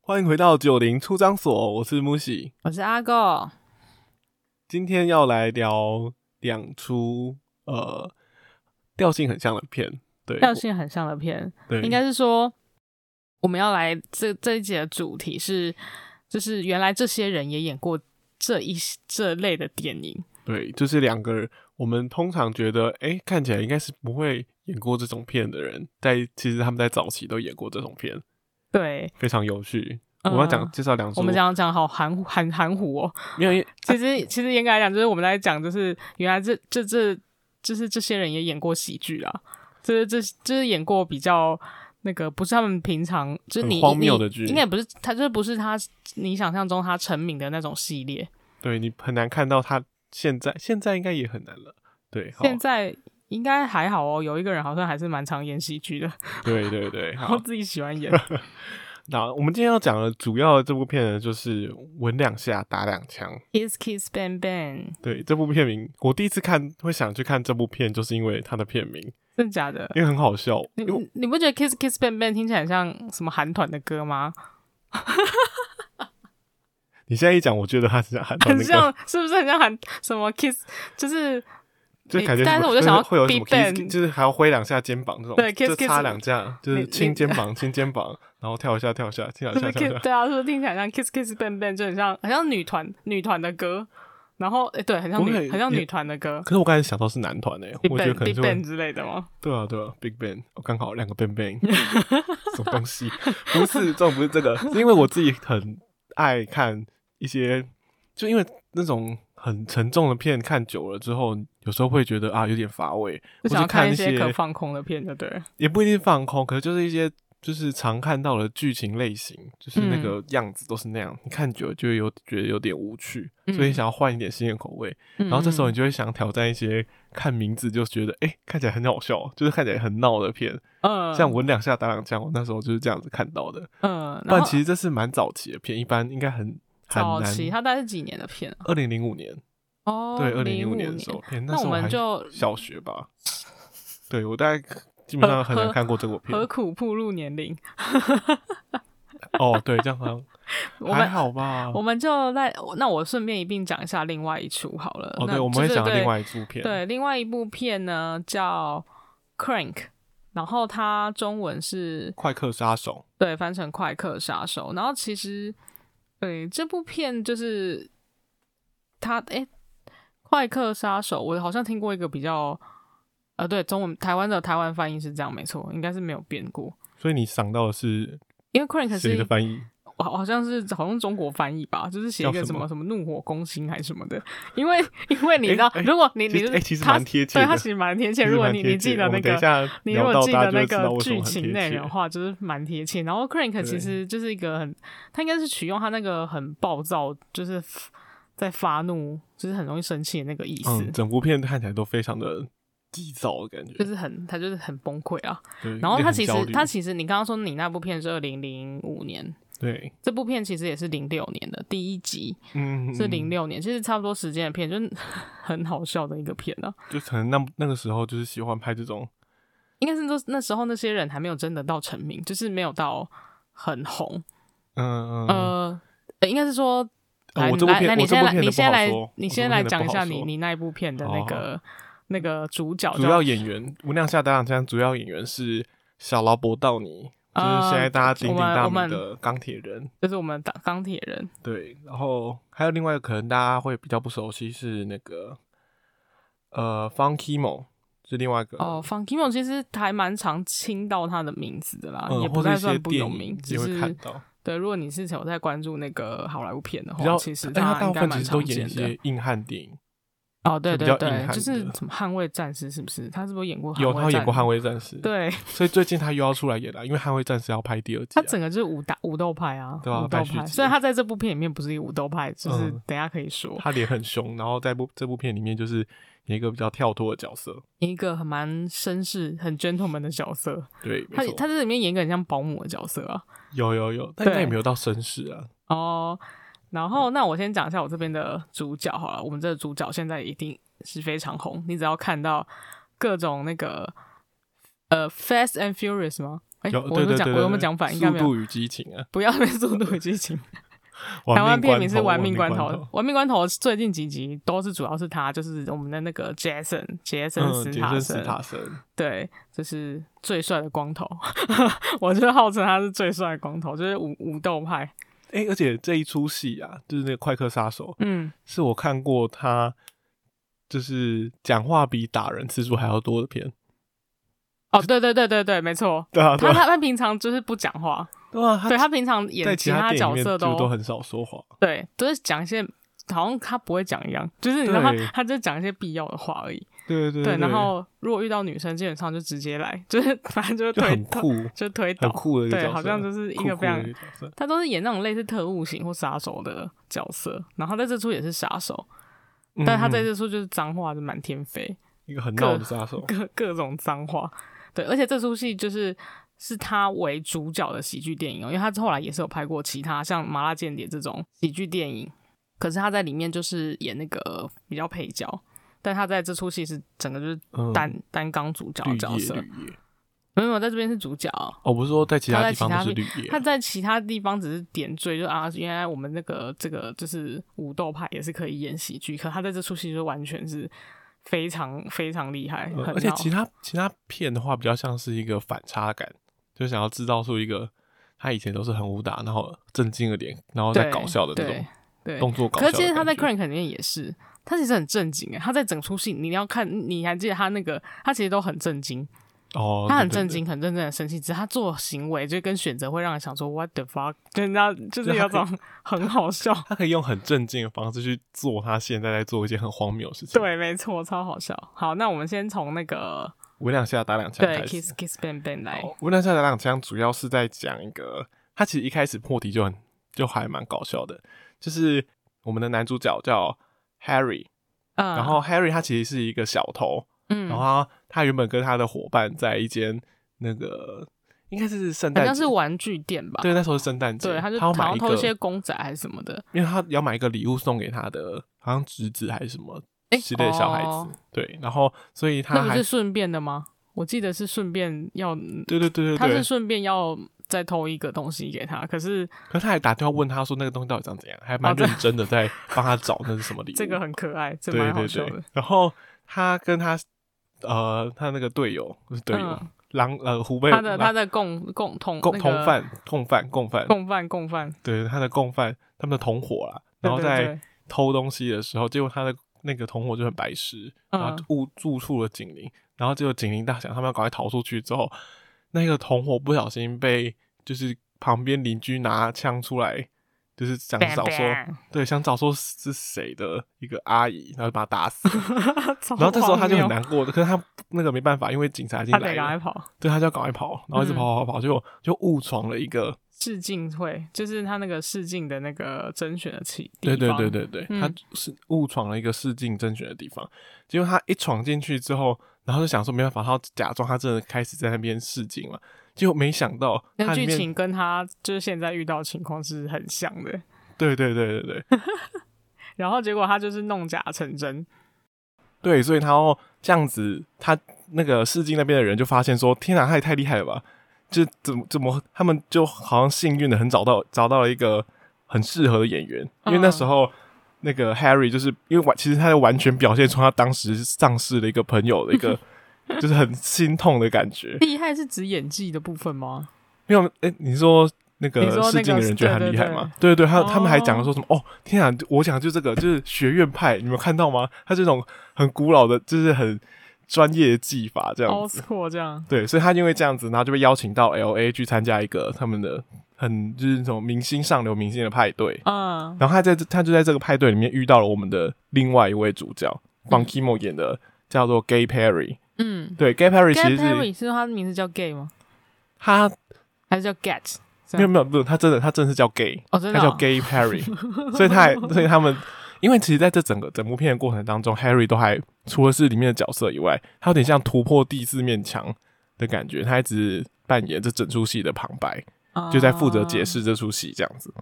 欢迎回到九零出张所，我是木喜，我是阿狗，今天要来聊两出呃调性很像的片，对，调性很像的片，对，应该是说我们要来这这一集的主题是，就是原来这些人也演过这一这类的电影，对，就是两个我们通常觉得哎、诶看起来应该是不会演过这种片的人，在其实他们在早期都演过这种片，对，非常有趣。我嗯们要讲介绍两出，我们讲讲好含糊含含糊 哦。没 有因为其实其实严格来讲，就是我们在讲，就是原来这这这就是这些人也演过喜剧啦，就是这就是演过比较那个不是他们平常就是很你荒谬你的剧应该不是他就是不是他你想象中他成名的那种系列。对你很难看到他现在，现在应该也很难了。对，好，现在应该还好哦，有一个人好像还是蛮常演喜剧的，对对对，然后 好。自己喜欢 演。那我们今天要讲的主要的这部片呢，就是《吻两下打两枪》。 Kiss Kiss Bang Bang，对，这部片名我第一次看会想去看这部片，就是因为它的 片名，真的假的？因为很好笑。你因为你你不觉得 Kiss Kiss Bang Bang 听起来很像什么韩团的歌吗？你现在一讲，我觉得它是很很那个，像，是不是很像韩什么 Kiss？就是就诶感觉什么但是我就想要会有什么 Big Bang kiss- 就是还要挥两下肩膀这种，对，kiss- 就 kiss- 擦两下，就是你亲你肩膀，亲肩膀，然后跳一下，跳一下，跳一 是不下，是跳一 Kiss？下。对啊，是不是听起来像 Kiss Kiss Bang Bang？就很像，很像女团女团的歌。然后，诶，对，很像不女会，很像也女团的歌可是我刚才想到是男团诶、欸，Big 我觉得 Bang 可能 Big 是会 Bang 之类的吗？对啊，对啊，Big Bang，我刚好两个 Bang Bang，什么东西？不是，这种不是这个，是因为我自己很爱看一些，就因为那种很沉重的片看久了之后，有时候会觉得啊有点乏味，或就想是要看一些些可放空的片，就对了。也不一定放空，可是就是一些就是常看到的剧情类型，就是那个样子都是那样，你看久了就会有觉得有点无趣，所以嗯想要换一点新的口味。然然后这时候你就会想挑战一些看名字就觉得哎、诶看起来很好笑，就是看起来很闹的片，嗯，像吻两下打两枪，我那时候就是这样子看到的。嗯，不然然后其实这是蛮早期的片，一般应该很很早期难。它大概是几年的片啊？二零零五年，哦，对，二零零零五五年的时候，片，那时我候们还就小学吧。对我大概基本上很难看过这部片何苦步入年龄？哦，对，这样好像我还们好吧我。们就在那我顺便一并讲一下另外一出好了。哦，那对，我们就会是讲到对另外一部片，对，另外一部片呢叫《Crank》，然后它中文是快客杀手》。对翻成《快客杀手》，然后其实对这部片就是它诶，快客杀手》，我好像听过一个比较呃，对中文台湾的台湾翻译是这样，没错，应该是没有变过，所以你想到的是因为《Crank》是谁一的翻译？我好像是好像中国翻译吧，就是写一叫个什什么么什么怒火攻心还是什么的，因为因为你知道，诶诶如果你其你实就是诶其实他蛮贴切对的他其实蛮贴切。其实如果蛮你贴你记切得我那们等一个，下你如聊果到记大家得就那会知道个为什么剧很贴情内切容的话，就是蛮贴切。然后 Crank 对其实就是一个很，他应该是取用他那个很暴躁，就是在发怒，就是很容易生气的那个意思。嗯，整部片看起来都非常的急躁的感觉就。是很，他就是很崩溃啊。对，然后也他很其实焦虑他其实，你刚刚说你那部片是二零零五年，对，这部片其实也是零六年的第一集。嗯，是零六，六年，其实差不多时间的片，就是 很好笑的一个片啊。就可能那那个时候就是喜欢拍这种，应该是那那时候那些人还没有真的到成名，就是没有到很红。嗯嗯嗯呃，呃应该是说，哦来我这部来片来，我你这先部来，片你的不好先来说，你我先这部来片的讲一不好下说哦你你那一部片的那个那个主角主叫要演员无量下大浪江主要演员是小劳勃道尼，就是呃现在大家鼎鼎大我名们的钢铁人。就是我们的钢铁人，对，然后还有另外一个可能大家会比较不熟悉是那个呃 Funky Mo 是另外一个哦 f u n k y m o 其实还蛮常听到他的名字的啦，嗯，也或不者太一些算不电有影名，只也会看是到对，如果你是有在关注那个好莱坞片的比较，话，其实但他大应部该分其蛮实都常演见一的。些硬汉电影，哦，对就比较对硬对，汉就是的什么捍卫战士是不是？他是不是演过？有他有演过《卫捍卫战士》，战，士，对所以最近他又要出来演了，因为《捍卫战士》要拍第二季他啊，整个就是武打武斗派啊，对啊武斗拍续派。集虽然他在这部片里面不是一个武斗派，就是嗯等一下可以说、他脸很凶，然后在部这部片里面就是演一个比较跳脱的角色，一个很蛮绅士、很 gentleman 的角色。对，没他错，他在里面演一个很像保姆的角色啊。有有有，但应该也对没有到绅士啊，哦，然后那我先讲一下我这边的主角好了，我们这个主角现在一定是非常红，你只要看到各种那个呃《Fast and Furious》吗？哎、有我对有对没有对讲，对，我有没有对讲反？应该速没有。度与激情啊，不要 被速度与激情。玩台湾命片名是《头玩命关关头》，《玩命关头》最近几集都是主要是他，就是我们的那个杰森，杰森嗯，斯杰塔森森斯，塔森，对，就是最帅的光头， 我就号称他是最帅的光头，就是武武斗派。哎，而且这一出戏啊，就是那个快客杀手，嗯，是我看过他就是讲话比打人次数还要多的片，哦，对对对对对，没错。对啊，对他啊，他他平常就是不讲话，对啊，对他平常演在其其他电影角里面色就都都很少说话，对，都是讲一些好像他不会讲一样，就是你知道他对他就讲一些必要的话而已。对对对，然后如果遇到女生，基本上就直接来，就是 反正就是 就推很酷，就推倒很，酷的一个角哦对，色，好像就是一酷个酷非常的一个角色。他都是演那种类似特务型或杀手的角色，然后他在这出也是杀手，但他在嗯这出就是脏话就满天飞，一个很各闹的杀手，各 各种脏话。对，而且这出戏就是是他为主角的喜剧电影、哦，因为他后来也是有拍过其他像《麻辣间谍》这种喜剧电影，可是他在里面就是演那个比较配角，但他在这出戏是整个就是嗯担、担纲主角的绿角叶色，绿叶。没有没有在这边是主角哦、哦，不是说在其他他在地其方他都是地绿叶他，在其他地方只是点缀，就啊，原来我们那个这个就是武斗派也是可以演喜剧，可他在这出戏就完全是非常非常厉害，嗯很而且好其他其他片的话，比较像是一个反差感，就想要制造出一个他以前都是很武打，然后震惊的脸，然后再搞笑的那种对。对动作搞笑的感可是觉。其实他在《Crank》里面也是，他其实很震惊诶，他在整出戏，你要看，你还记得他那个，他其实都很震惊，哦，他很对震，惊，很认真的生气，只是他做行为就跟选择会让人想说 “What the fuck”，就你知道，就是就他可有以种很好笑。 对他可以用很震惊的方式去做他现在在做一件很荒谬的事情。，对，没错，超好笑。好，那我们先从那个我两下打两枪对开始。 Kiss Kiss Bang Bang 来。好我两哦下打两枪主要是在讲一个，他其实一开始破题就很就还蛮搞笑的，就是我们的男主角叫 Harry，嗯，然后 Harry 他其实是一个小偷，嗯，然后他原本跟他的伙伴在一间那个应该是圣好诞节，像是玩具店吧？对，那时候是圣诞节，对，他就要好买像一偷一些个，公仔还是什么的。因为他要买一个礼物送给他的，好像侄子还是什么哎，之类的小孩子，哦对，然后所以他那不还是顺便的吗？我记得是顺便要，对对对对他对是，顺便要再偷一个东西给他，可是可是他还打电话问他说那个东西到底长怎样，还蛮哦对认真的在帮他找那是什么礼物， 这个很可爱，这对蛮好对笑对的。，然后他跟他呃他那个队友不是队友嗯狼呃湖北他的他狼的共共同共那个同犯共犯共犯共犯共犯，对他的共犯，他们的同伙啦，然后对对在对偷东西的时候，结果他的那个同伙就很白痴，嗯然后误住处了警铃，然后结果警铃大响，他们要赶快逃出去之后，那个同伙不小心被就是旁边邻居拿枪出来，就是想 bang 找说 bang 对，想找说是谁的一个阿姨，然后就把他打死， 超然后这时候他就很荒谬，难过，可是他那个没办法，因为警察已经他来得赶快了，跑。对，他就要赶快跑，然后一直嗯跑跑跑跑，就就误闯了一个试镜会就是他那个试镜的那个甄选的起地对方，对对对对，他嗯是误闯了一个试镜甄选的地方，结果他一闯进去之后，然后就想说没办法，他要假装他真的开始在那边试镜了，结果没想到那他个里剧面情跟他就是现在遇到的情况是很像的，对对对对对然后结果他就是弄假成真，对，所以他要这样子，他那个试镜那边的人就发现说，天哪，他也太厉害了吧！就怎么怎么，他们就好像幸运的很找到找到了一个很适合的演员，因为那嗯时候。那个 Harry 就是因为完，其实他在完全表现出他当时丧失了一个朋友的一个，就是很心痛的感觉。厉害是指演技的部分吗？没有，哎、你说那个你说那个试镜的人觉得对很对厉害吗？对对，还有他们还讲了哦说什么哦，天啊，我讲就这个，就是学院派，你们有看到吗？他这种很古老的，就是很专业的技法这 o 样 s 子。 c 这样，对，所以他因为这样子，然后就被邀请到 L A 去参加一个他们的很就是那种明星上流明星的派对。嗯，然后他在这他就在这个派对里面遇到了我们的另外一位主角 b a n k i m o 演的，叫做 Gay Perry。嗯对，Gay Perry 其，Gay 实是 Perry 是他的名字叫 Gay 吗？他还是叫 Get？这没有样没有不是他真的他真的是叫 Gay，哦，真的他哦、叫 Gay Perry，所以他还所以他们，因为其实在这整个整部片的过程当中，Harry 都还除了是里面的角色以外，他有点像突破第四面墙的感觉，他一直扮演这整出戏的旁白，就在负责解啊。释这出戏这样子。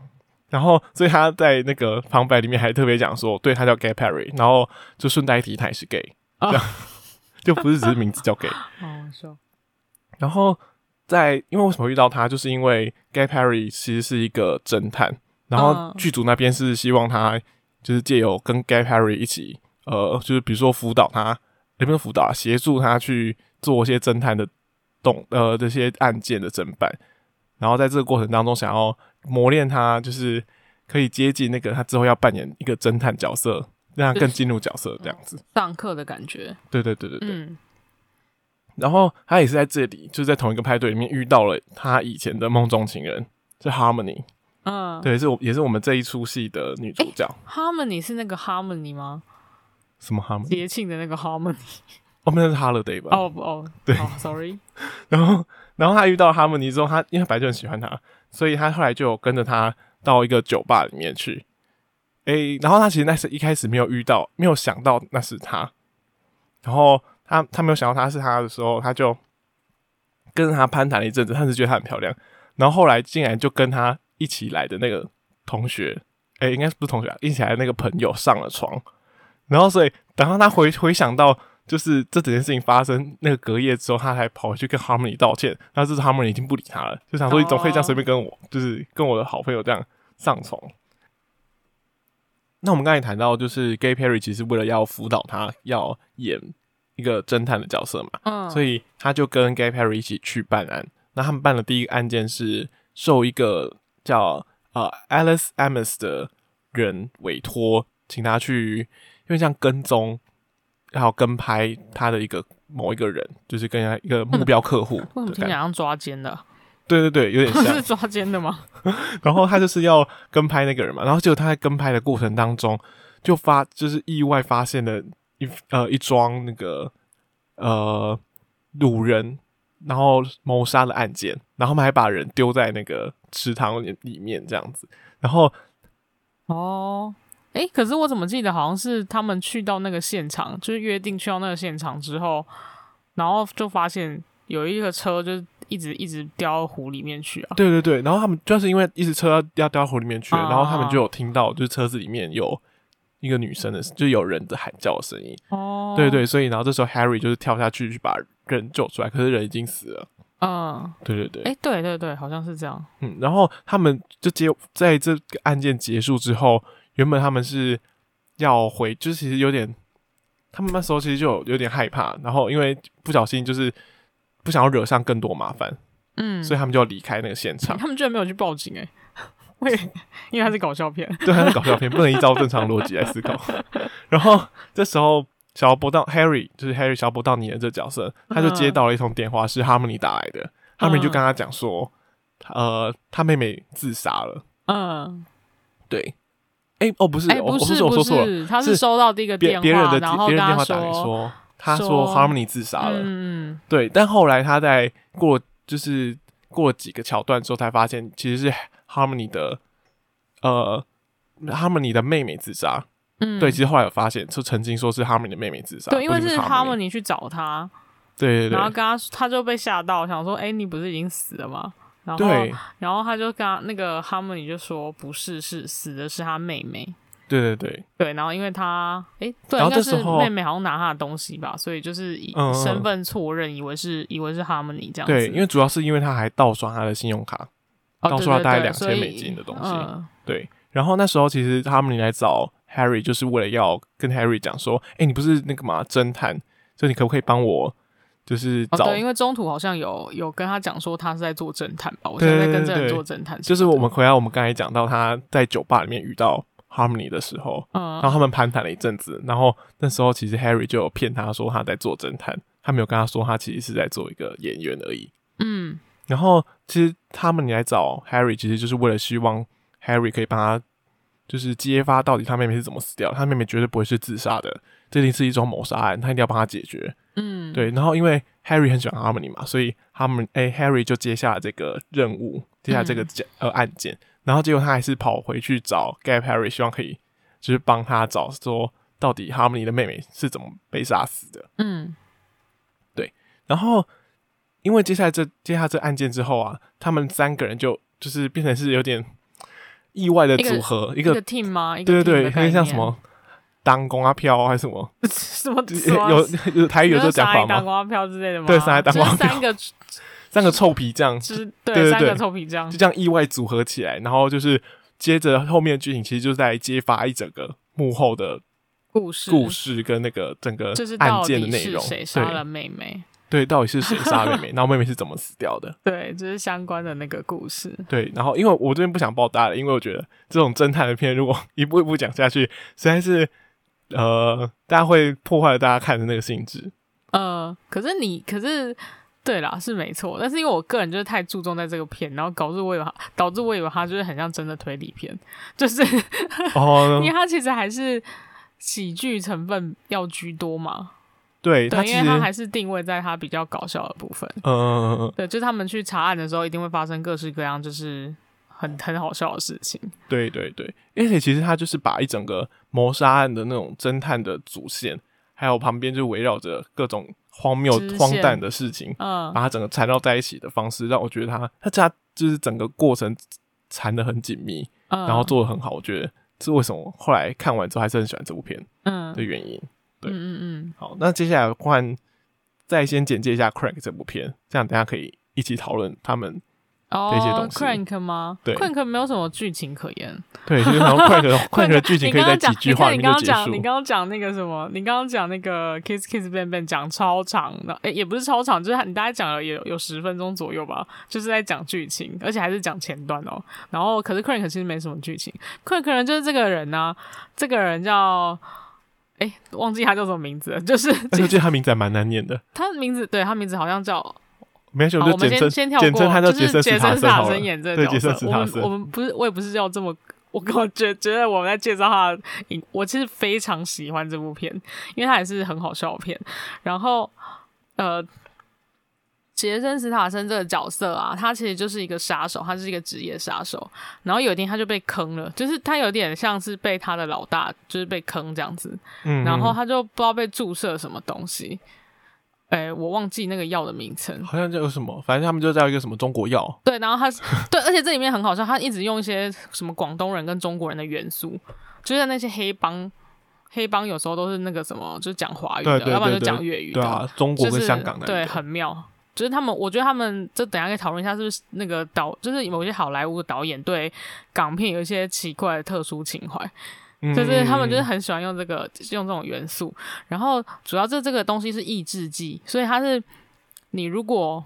然后，所以他在那个旁白里面还特别讲说，对他叫 Gay Perry，然后就顺带一提他也是 gay，、啊哦这样就不是只是名字叫 gay。好好笑，然后在因为为什么会遇到他，就是因为 Gay Perry 其实是一个侦探，然后嗯剧组那边是希望他就是借由跟 Gay Perry 一起，呃，就是比如说辅导他，也不是辅导啊，协助他去做一些侦探的动呃这些案件的侦办，然后在这个过程当中想要磨练他，就是可以接近那个他之后要扮演一个侦探角色，让他更进入角色这样子。上课的感觉，对对对对对。嗯，然后他也是在这里，就是在同一个派对里面遇到了他以前的梦中情人，是 Harmony，嗯，对，是我也是我们这一出戏的女主角。哦，Harmony 是那个 Harmony 吗？什么 Harmony？节庆的那个 Harmony，哦，那是 Holiday 吧？哦不哦，对哦，sorry，然后，然后他遇到 Harmony 之后，他因为他本来就很喜欢他，所以他后来就有跟着他到一个酒吧里面去。诶、然后他其实那是一开始没有遇到，没有想到那是他。然后他他没有想到他是他的时候，他就跟着他攀谈了一阵子，他只觉得她很漂亮。然后后来竟然就跟他一起来的那个同学，诶、应该是不是同学、啊，一起来的那个朋友上了床。然后所以，等到他回回想到就是这整件事情发生那个隔夜之后，他还跑回去跟 Harmony 道歉，然后这时 Harmony 已经不理他了，就想说你怎么可以这样随便跟我就是跟我的好朋友这样上床？那我们刚才谈到，就是 Gay Perry 其实为了要辅导他，要演一个侦探的角色嘛，嗯，所以以他就跟 Gay Perry 一起去办案。那他们办的第一个案件是受一个叫呃 Alice Amos 的人委托，请他去，因为像跟踪，然后跟拍他的一个某一个人，就是跟他一个目标客 户为什么的感听起来觉。像抓奸的啊？对对对，有点像 是。抓奸的吗？然后他就是要跟拍那个人嘛，然后结果他在跟拍的过程当中，就发就是意外发现了一呃一桩那个呃掳人然后谋杀的案件，然后他们还把人丢在那个池塘里里面这样子，然后哦，哎，可是我怎么记得好像是他们去到那个现场，就是约定去到那个现场之后，然后就发现有一个车就是一直一直掉到湖里面去啊。对对对，然后他们就是因为一直车要要掉到湖里面去了，啊然后他们就有听到就是车子里面有一个女生的，就有人的喊叫的声音，哦，对，对，所以然后这时候 Harry 就是跳下去去把人救出来，可是人已经死了，嗯，对对对。哎，对对对，好像是这样。嗯，然后他们就结在这个案件结束之后，原本他们是要回，就是其实有点，他们那时候其实就有有点害怕，然后因为不小心就是不想要惹上更多麻烦，嗯，所以他们就要离开那个现场。 他们居然没有去报警哎、为因为它是搞笑片，对，他是搞笑片，不能依照正常逻辑来思考。 然后这时候，小波到 Harry 就是 Harry 小波到尼的这角色，他就接到了一通电话，是 Harmony 打来的。Harmony 就跟他讲说，呃，他妹妹自杀了。嗯，对，哎、哦，不是，哎、我不我是说我说不错了，是，他是是收到第一个别电别人话，的然后别跟人电话他打来说，说，他说说 Harmony 自杀了，嗯，对，但后来他在过就是过了几个桥段之后，才发现其实是 Harmony 的呃 Harmony 的妹妹自杀，嗯对，其实后来有发现，就曾经说是 Harmony 的妹妹自杀，对，因为不是是 Harmony， Harmony 去找他，对对然后对跟他他就被吓到，想说，哎、你不是已经死了吗？然后对然后他就跟他那个 Harmony 就说，不是，是死的是他妹妹。对对对，对，然后因为他，哎，对，然后应这该时是候妹妹好像拿他的东西吧，所以就是以嗯嗯嗯身份错认，以为是以为是 Harmony 这样子。对，因为主要是因为他还盗刷他的信用卡，哦到对时候对大概对2000所以美金的东西嗯对，然后那时候其实 Harmony 来找 Harry 就是为了要跟 Harry 讲说，哎、你不是那个嘛侦探，所以你可不可以帮我就是哦，找，对，因为中途好像有有跟他讲说他是在做侦探吧，我对现在对在跟这对人对做侦探就什么的，是我们回到我们刚才讲到他在酒吧里面遇到 Harmony 的时候，然后嗯，他们攀谈了一阵子，然后那时候其实 Harry 就有骗他说他在做侦探，他没有跟他说他其实是在做一个演员而已。嗯然后其实他们来找 Harry，其实就是为了希望 Harry 可以帮他，就是揭发到底他妹妹是怎么死掉。他妹妹绝对不会是自杀的，这一定是一桩谋杀案，他一定要帮他解决。嗯，对，然后因为 Harry 很喜欢 Harmony 嘛，所以 Harmony 哎、Harry 就接下了这个任务，接下这个、嗯呃案件，然后结果他还是跑回去找 Gay Harry，希望可以就是帮他找说到底 Harmony 的妹妹是怎么被杀死的。嗯然后因为接下来这接下来这案件之后啊，他们三个人就就是变成是有点意外的一个组合，一一个个 team 吗？一对个对对，有 team 的概点像什念么当公啊飘啊还是什 么，什么哎有有有台语有这个讲法当吗？瓜票之类的吗？对撒野当就是瓜票三个三个臭皮匠 之对对对三个对臭皮匠就，这样意外组合起来，然后就是接着后面的剧情其实就是在揭发一整个幕后的故事故事跟那个整个就是案到件的底内是容，谁杀对了妹妹？对，到底是谁杀妹 妹，然后妹妹是怎么死掉的？对，就是相关的那个故事。对，然后因为我这边不想爆大了，因为我觉得这种侦探的片如果一步一步讲下去，实在是呃，大家会破坏大家看的那个性 质。呃，可是你，可是对啦，是没错。但是因为我个人就是太注重在这个片，然后导致我以为它导致我以为它就是很像真的推理片， 就是因哦为，它其实还是喜剧成分要居多嘛。对，他对，其因实为它还是定位在它比较搞笑的部分。嗯，对，就是他们去查案的时候，一定会发生各式各样，就是很很好笑的事情。对对对，而且其实他就是把一整个谋杀案的那种侦探的主线，还有旁边就围绕着各种荒谬支线荒诞的事情，嗯，把它整个缠绕在一起的方式，让我觉得他他他就是整个过程缠得很紧密，嗯然后做的很好，我觉得是为什么后来看完之后还是很喜欢这部片嗯的原因。对嗯嗯好，那接下来换再先简介一下《Crank》这部片，这样大家可以一起讨论他们嗯，哦这些东西 Crank 吗？对 c r a n k 没有什么剧情可言。对， 就是好像 Crank 的 Crank 的你剧情可以刚在刚几讲，句话里你面看就结你刚刚束讲，你。刚刚讲那个什么？你刚刚讲那个 kiss kiss bang bang 讲超长的，诶、也不是超长，就是你大概讲了有有十分钟左右吧，就是在讲剧情，而且还是讲前段哦。然后可是 Crank 其实没什么剧情，Crank 人就是这个人呢、这个人叫。诶，忘记他叫什么名字了，就是但 哎是我觉得他名字还蛮难念的，他的名字，对他名字好像叫没关系，好，我我就们简先称先跳简过，称他叫就杰是森斯杰塔森森塔好森了。演这对个杰角森色斯，我塔们森我们不是，我也不是要这么，我跟我觉觉得我们在介绍他的影，我其实非常喜欢这部片，因为它也是很好笑的片。然后，呃，杰森·斯塔森这个角色啊，他其实就是一个杀手，他是一个职业杀手。然后有一天他就被坑了，就是他有点像是被他的老大就是被坑这样子，嗯，然后嗯他就不知道被注射什么东西，哎、我忘记那个药的名称。好像叫什么，反正他们就叫一个什么中国药，对，然后他是对，而且这里面很好笑，他一直用一些什么广东人跟中国人的元素，就是那些黑帮，黑帮有时候都是那个什么，就是讲华语的，对对要不然对就讲对，粤语对的，啊，中国就跟是香港的对，那很个，妙。就是他们，我觉得他们这等一下可以讨论一下，是不是那个导，就是某些好莱坞导演对港片有一些奇怪的特殊情怀。嗯就是他们就是很喜欢用这个用这种元素，然后主要这这个东西是抑制剂，所以它是你如果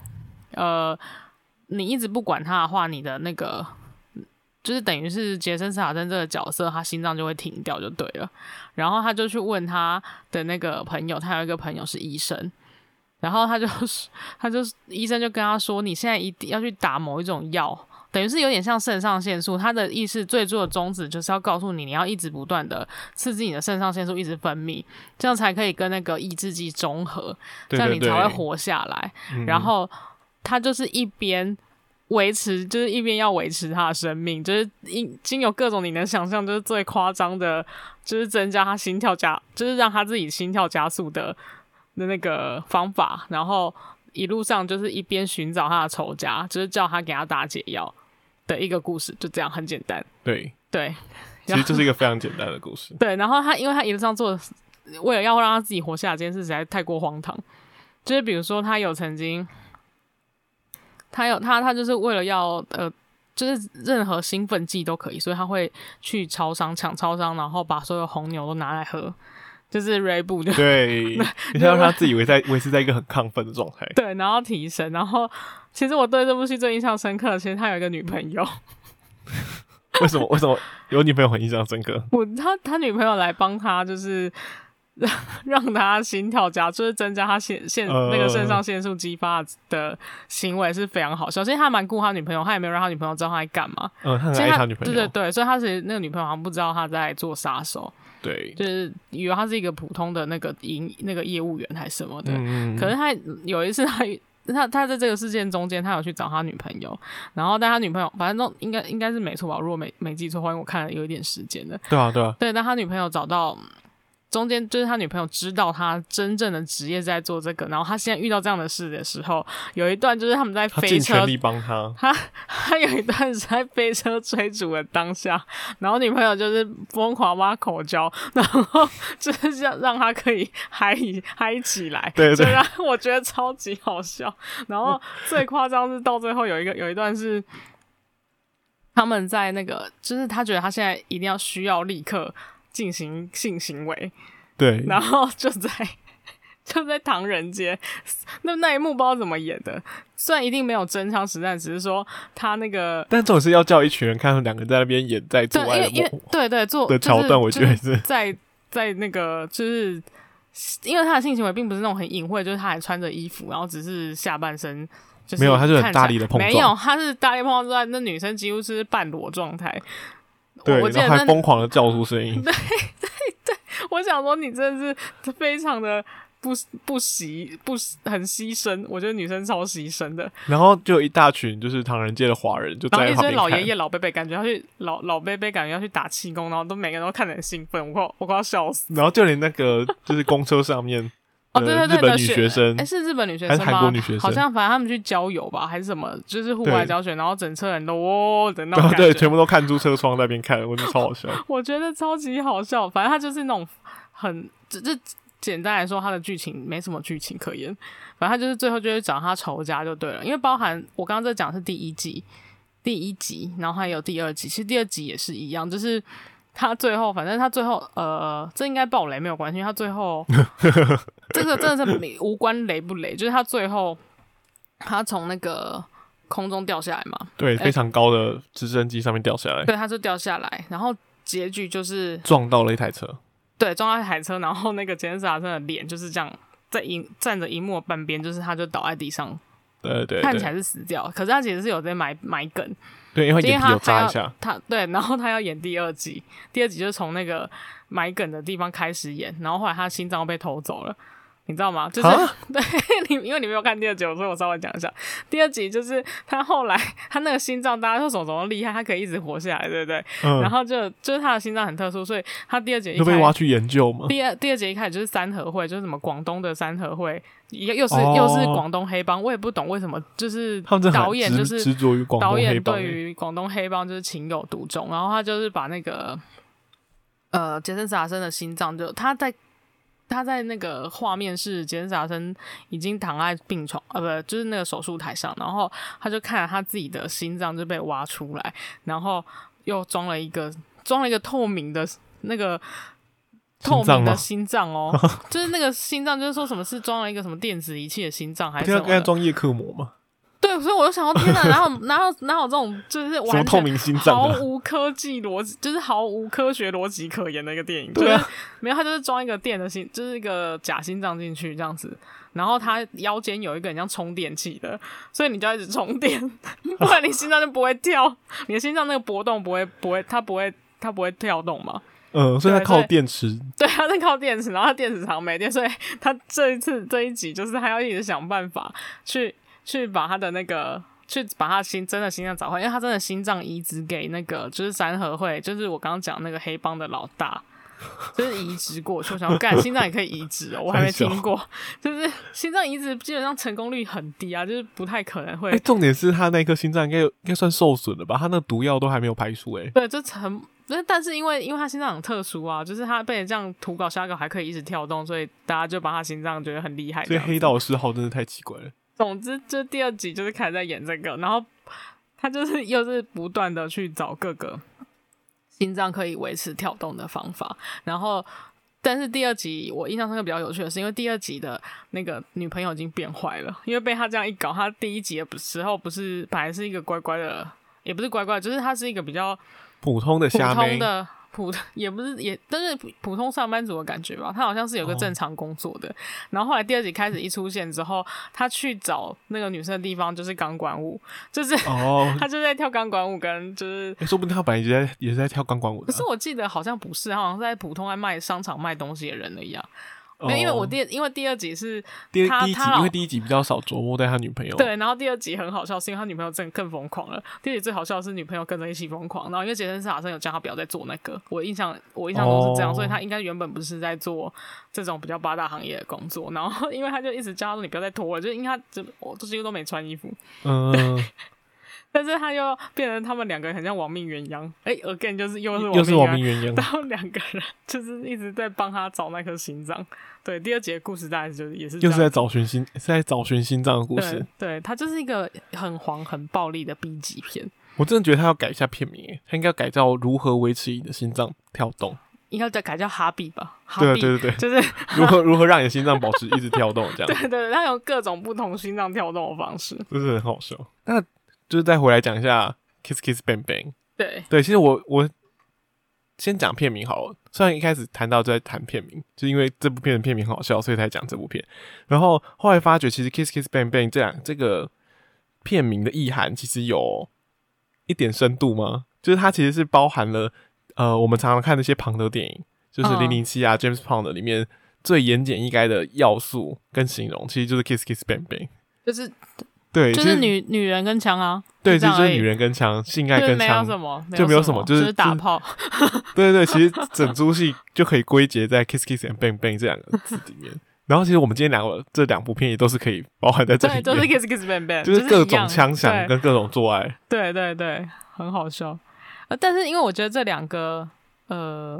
呃你一直不管它的话，你的那个就是等于是杰森·斯坦森这个角色，他心脏就会停掉就对了。然后他就去问他的那个朋友，他有一个朋友是医生，然后他就是 他就是医生就跟他说，你现在一定要去打某一种药，等于是有点像肾上腺素，它的意识最初的宗旨就是要告诉你，你要一直不断的刺激你的肾上腺素一直分泌，这样才可以跟那个抑制剂中和，这对样对你才会对活下来。嗯然后他就是一边维持，就是一边要维持他的生命，就是因经有各种你能想象，就是最夸张的，就是增加他心跳加，就是让他自己心跳加速的的那个方法，然后一路上就是一边寻找他的仇家，就是叫他给他打解药的一个故事，就这样很简单， 对，对。，其实就是一个非常简单的故事对，然后他因为他一路上做的，为了要让他自己活下来，这件事实在太过荒唐。就是比如说，他有曾经，他有他他就是为了要呃，就是任何兴奋剂都可以，所以他会去超商抢超商，然后把所有红牛都拿来喝，就是 r e b o 就对，你要让他自己维在维持在一个很亢奋的状态 ，对，然后提神。然后其实我对这部戏最印象深刻的，其实他有一个女朋友，为什么为什么有女朋友很印象深刻？我他他女朋友来帮他，就是 让让他心跳加，就是增加他腺腺呃那个肾上腺素激发的行为是非常好笑。其实他蛮顾他女朋友，他也没有让他女朋友知道他在干嘛。嗯，他很所以爱他他女朋对对友，对，所以他其实那个女朋友好像不知道他在做杀手，对，就是以为他是一个普通的那个营那个业务员还是什么的。嗯，可是他有一次他他他在这个事件中间，他有去找他女朋友，然后但他女朋友反正都应该应该是没错吧，如果没没记错，因为我看了有一点时间了。对啊对啊，对，但他女朋友找到中间就是他女朋友知道他真正的职业是在做这个，然后他现在遇到这样的事的时候，有一段就是他们在他飞尽车全力帮他，他 他有一段是在被车追逐的当下，然后女朋友就是疯狂挖口交，然后 就是让让他可以嗨一嗨起 来，对对就让我觉得超级好笑。 然后最夸张是到最后有一个有一段是。他们在那个，就是他觉得他现在一定要需要立刻进行性行为，对，然后就在 就在唐人街，那那一幕不知道怎么演的，虽然一定没有真枪实弹，只是说他那个但总是要叫一群人看他们两个在那边演在做，对因爱为因为的对对做的桥段，我觉得也就是是在在那个就是。因为他的性行为并不是那种很隐晦，就是他还穿着衣服，然后只是下半身就是没有他就是很看起来大力地碰撞没有，他是大力碰撞之外，那女生几乎是半裸状态。 对我，记得然后还那疯狂的叫出声音， 我想说，你真的是非常的不不惜不很牺牲，我觉得女生超牺牲的。然后就有一大群就是唐人街的华人就然后在一旁堆边老看爷爷、老伯伯，感觉要去老老伯伯，感觉要去打气功，然后都每个人都看得很兴奋，我快我快要笑死。然后就连那个就是公车上面哦，对的对对，日本对女学生 哎、，是日本女学还生是吗？韩国女学好生像反正他们去郊游吧，还是什么，就是户对外教学，然后整车人都哦的那然种后感觉。对，全部都看出车窗在那边看，我觉得超好笑。我觉得超级好笑。反正他就是那种很这这简单来说，他的剧情没什么剧情可言。反正他就是最后就会找他仇家就对了，因为包含我刚刚在讲是第一季第一集，然后还有第二集，其实第二集也是一样，就是。他最后，反正他最后，呃，这应该爆雷没有关系，因为他最后这个真的是没无关雷不雷，就是他最后他从那个空中掉下来嘛，对，哎非常高的直升机上面掉下来，对，他就掉下来，然后结局就是撞到了一台车，对，撞到一台车，然后那个杰森·斯坦森的脸就是这样在荧站着荧幕的半边，就是他就倒在地上，对对看起来对，是死掉，可是他其实是有在埋埋梗，对，因为因为眼皮他有他扎要一下，他对，然后他要演第二集，第二集就是从那个埋梗的地方开始演，然后后来他心脏被偷走了。你知道吗？就是啊 对你，因为你没有看第二集，所以我稍微讲一下。第二集就是他后来他那个心脏，大家说什么什么厉害，他可以一直活下来，对不对？然嗯，后就就是他的心脏很特殊，所以他第二集一又被开挖去研究嘛，第二第二节一开始就是三合会，就是什么广东的三合会，又又是、哦又是广东黑帮，我也不懂为什么，就是他们真的很导演执就是执着于广导东黑演帮对，于广东黑帮就是情有独钟，然后他就是把那个呃杰森·斯坦森的心脏就他在。他在那个画面是杰森·斯坦森已经躺在病床，呃，不，就是那个手术台上，然后他就看着他自己的心脏就被挖出来，然后又装了一个装了一个透明的那个透心脏明吗的心脏哦， 就是那个心脏，就是说什么是装了一个什么电子仪器的心脏还不是是什要么跟他的？装叶克膜嘛， 对，所以我就想到，天哪，哪 有哪有哪有这种就是什么完透全明心脏啊毫的，无科技逻辑，就是毫无科学逻辑可言的一个电影。 对就啊是，没有，他就是装一个电的心，就是一个假心脏进去这样子，然后他腰间有一个很像充电器的，所以你就要一直充电， 不然你心脏就不会跳，你的心脏那个搏动不会不会，它不会它不会跳动嘛。嗯，所以他对靠所以电池 对，他在靠电池，然后他电池常没电，所以他这一次这一集就是他要一直想办法去去把他的那个去把他心真的心脏找回来，因为他真的心脏移植给那个就是三合会，就是我刚刚讲那个黑帮的老大。就是移植过去，我想说干心脏也可以移植哦，我还没听过。就是心脏移植基本上成功率很低啊，就是不太可能会哎、重点是他那颗心脏应该有应该算受损了吧？他那毒药都还没有排出、欸，哎，对，就很，那但是因为因为他心脏很特殊啊，就是他被这样涂搞瞎搞还可以一直跳动，所以大家就把他心脏觉得很厉害这所以样子。黑道的嗜好真的太奇怪了。总之，就第二集就是凯在演这个，然后他就是又是不断的去找各个心脏可以维持跳动的方法，然后。但是第二集我印象深刻比较有趣的是，因为第二集的那个女朋友已经变坏了，因为被他这样一搞，他第一集的时候不是本来是一个乖乖的，也不是乖乖，就是他是一个比较普通的普虾妹 通，的普也不是也，但是普普通上班族的感觉吧。他好像是有个哦正常工作的。然后后来第二集开始一出现之后，他去找那个女生的地方就是钢管舞，就是、，哦他就在跳钢管舞，跟就是。哎，说不定他本来也在也是在跳钢管舞的啊、可是我记得好像不是，他好像是在普通在卖商场卖东西的人了一样。啊没有因为我哦第因为第二集是第他哦第一集他，老因为第一集比较少琢磨在他女朋友，对，然后第二集很好笑，是因为他女朋友真的更疯狂了。第二集最好笑的是女朋友跟着一起疯狂，然后因为杰森斯坦森有叫他不要再做那个，我印象我印象中是这样，哦所以他应该原本不是在做这种比较八大行业的工作，然后因 为他就一直叫他说你不要再拖了，就因为他这我这几乎都没穿衣服，嗯，但是他又变成他们两个很像亡命鸳鸯，哎、a g a i n 就是又是又是亡亡命鸳鸯命鸳鸯 然，后两个人就是一直在帮他找那颗心脏。对，第二节故事大概就是也是这又是在样找寻心，是在找寻心脏的故对事。，对，它就是一个很黄、很暴力的 B 级片，我真的觉得他要改一下片名，欸他应该改叫如何维持你的心脏跳动。应该叫改叫哈比吧？哈对啊比对 对对，就是如何如何让你的心脏保持一直跳动，这样对对对，它有各种不同心脏跳动的方式。就是很好笑。那就是再回来讲一下 Kiss Kiss Bang Bang。对，对，其实我我先讲片名好了。虽然一开始谈到就在谈片名，就因为这部片的片名很好笑，所以才讲这部片。然后后来发觉，其实 Kiss Kiss Bang Bang 这两这个片名的意涵其实有一点深度吗？就是它其实是包含了呃，我们常常看那些庞德电影，就是嗯零零七啊、James Bond 的里面最言简意赅的要素跟形容，其实就是 Kiss Kiss Bang Bang。就是对，就其是实女女人跟枪啊，对，这就样是而已女，人跟枪，性爱就是跟没有枪，什么，就没有什么就就是打就是炮。对对对，其实整出戏就可以归结在 kiss kiss and bang bang 这两个字里面。然后其实我们今天两个这两部片也都是可以包 含在这里对，面，都是 kiss kiss bang bang，就是是各一样种枪响对跟各种做爱。对对对，很好笑。呃，但是因为我觉得这两个，呃，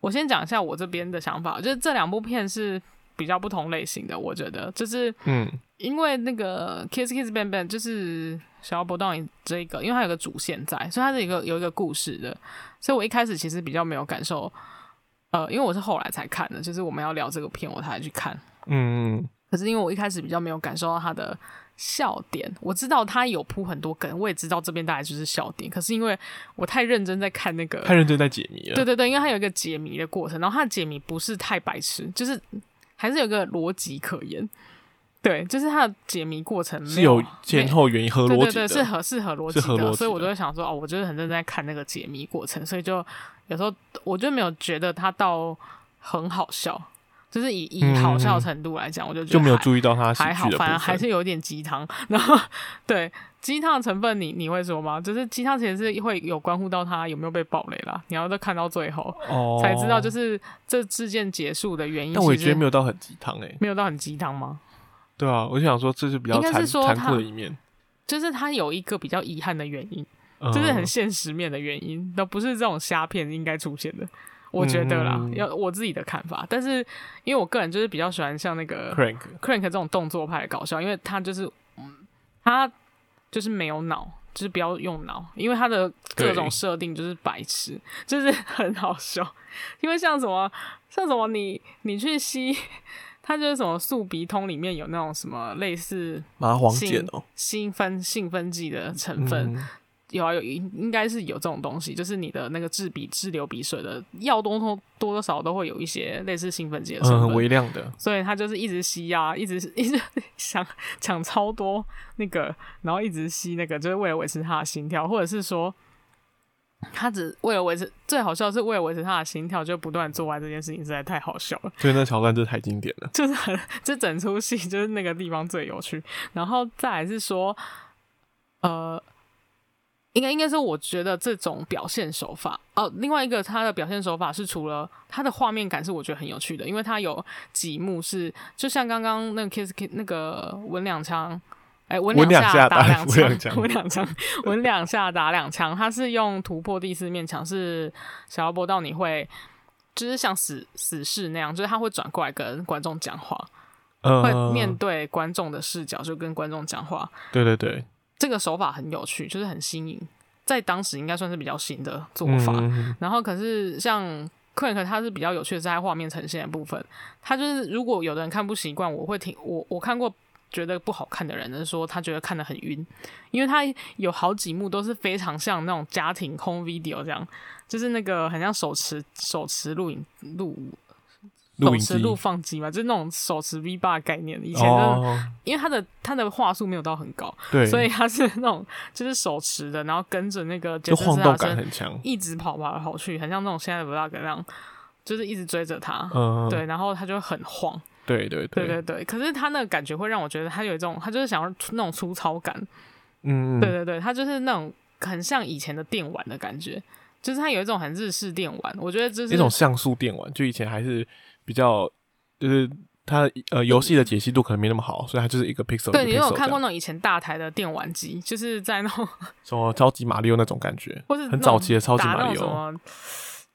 我先讲一下我这边的想法，就是这两部片是比较不同类型的。我觉得，就是嗯，因为那个《Kiss Kiss Bang Bang》就是小摇波导演这一个，因为它有个主线在，所以它是一个有一个故事的。所以我一开始其实比较没有感受，呃，因为我是后来才看的，就是我们要聊这个片，我才去看。嗯，可是因为我一开始比较没有感受到他的笑点，我知道他有铺很多梗，我也知道这边大概就是笑点。可是因为我太认真在看那个，太认真在解谜了。对对对，因为它有一个解谜的过程，然后它的解谜不是太白痴，就是还是有个逻辑可言。对，就是它的解谜过程是没有有前后原因和对逻对辑的。对，是合是合逻辑是合逻的，辑所以我就的会想说，哦，我就是很认真在看那个解谜过程，所以就有时候我就没有觉得它到很好笑，就是以以好笑嗯程度来讲，我就觉得就没有还注意到他喜还好剧，的部反正还分。是有点鸡汤。 然后对鸡汤的成分你，你会说吗？就是鸡汤其实是会有关乎到他有没有被暴雷啦，你要再看到最后、哦，才知道，就是这事件结束的原因。但我也觉得没有有到很鸡汤诶。没有到很鸡汤吗？对啊，我就想说这是比较应该是残说残他酷的一面，就是他有一个比较遗憾的原因，嗯就是很现实面的原因，都不是这种虾片应该出现的。我觉得啦，嗯要我自己的看法，但是因为我个人就是比较喜欢像那个 crank。 Crank 这种动作派的搞笑，因为他就是，嗯，他就是没有脑，就是不要用脑，因为他的各种对设定就是白痴，就是 很好笑。因为像什么，像什么你你去吸，他就是什么速鼻通里面有那种什么类似麻黄性碱哦，兴奋兴奋剂的成分，嗯，有啊有应应该是有这种东西，就是你的那个治鼻治流鼻水的药多多多多少少都会有一些类似兴奋剂的嗯，成分，很微量的，所以他就是一直吸啊，一直 一直想抢超多那个，然后一直吸那个，就是为了维持他的心跳，或者是说他只为了维持，最好笑的是为了维持他的心跳，就不断做爱这件事情实在太好笑了，所以那桥段真的太经典了。就是很这整出戏就是那个地方最有趣，然后再来是说，呃。应该应该说，我觉得这种表现手法哦，另外一个他的表现手法是除了他的画面感是我觉得很有趣的，因为他有几幕是就像刚刚那个 kiss kiss 那个吻两枪，哎、吻吻两两下打打两吻两枪，枪吻两枪，吻两下打两枪，他是用突破第四面墙，是小妖波到你会。就是像死死士那样，就是他会转过来跟观众讲话，会嗯，面对观众的视角，就跟观众讲话。对对对，这个手法很有趣，就是很新颖，在当时应该算是比较新的做法。嗯然后可是像 Crank，它是比较有趣的是在画面呈现的部分，它就是如果有的人看不习惯，我会听我我看过。觉得不好看的人是说他觉得看得很晕，因为他有好几幕都是非常像那种家庭 home video 这样，就是那个很像手持手持录影录录手影持机录放机嘛，就是那种手持 V 八概念。以前真的、 哦，因为它的它的话术没有到很高，对，所以它是那种就是手持的，然后跟着那个杰就森晃斯动感坦森很强。一直跑跑来跑去，很像那种现在的 vlog 那样。就是一直追着他，嗯，对，然后他就很晃，对对对对对。可是他那个感觉会让我觉得他有一种，他就是想要那种粗糙感，嗯，对对对，它就是那种很像以前的电玩的感觉，就是它有一种很日式电玩，我觉得就是那种像素电玩，就以前还是比较就是它呃游戏的解析度可能没那么好，所以它就是一个 pixel 对一个你有 pixel 看过这样那种以前大台的电玩机，就是在那种什么超级马里奥那种感觉，或是很早期的超级打那马种里什奥么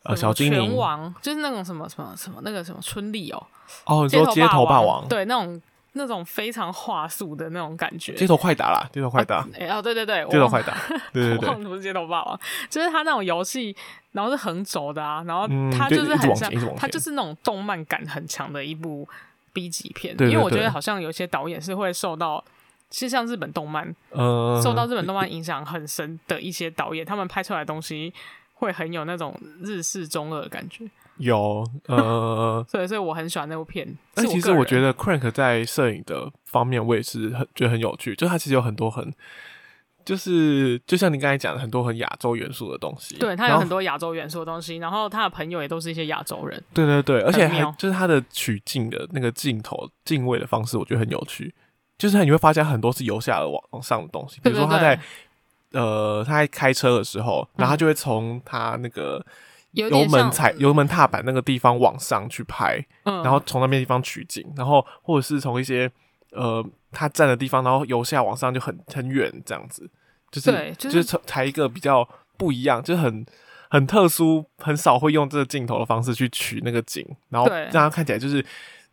呃什么小精拳灵王，就是那种什么什么什么那个什么春丽哦，哦，你说街头头霸王王，，对那种那种非常话术的那种感觉。街头快打啦，街头快打，哎、哦，对对对，我嗯街头忘快打， 对对我对忘，了不是街头霸王，就是他那种游戏，然后是横轴的啊，然后嗯他对就是一直很往像前一直，往他前就是那种动漫感很强的一部 B 级片。对对因为我觉对得好像有些导演是会受到，其实像日本动漫呃，受到日本动漫影响很深的一些导演，他们拍出来的东西会很有那种日式中二的感觉。有 。呃所以，所以我很喜欢那部片。但哎其实我觉得得，Crank 在摄影的方面，我也是很觉得很有趣，就它其实有很多很，就是就像你刚才讲的，很多很亚洲元素的东西。对他然有后很多亚洲元素的东西，然后他的朋友也都是一些亚洲人。对对对，而且还妙就是它的取景的那个镜头镜位的方式，我觉得很有趣。就是你会发现很多是由下而往往上的东西，比对如说对他对嗯在呃他在开车的时候，然后他就会从他那个有油点门像，踩油门踏板那个地方往上去拍，嗯，然后从那边地方取景，然后或者是从一些呃他站的地方，然后由下往上就很很远这样子，就是对就是是从才一个比较不一样，就是很很特殊，很少会用这个镜头的方式去取那个景，然后对让它看起来就是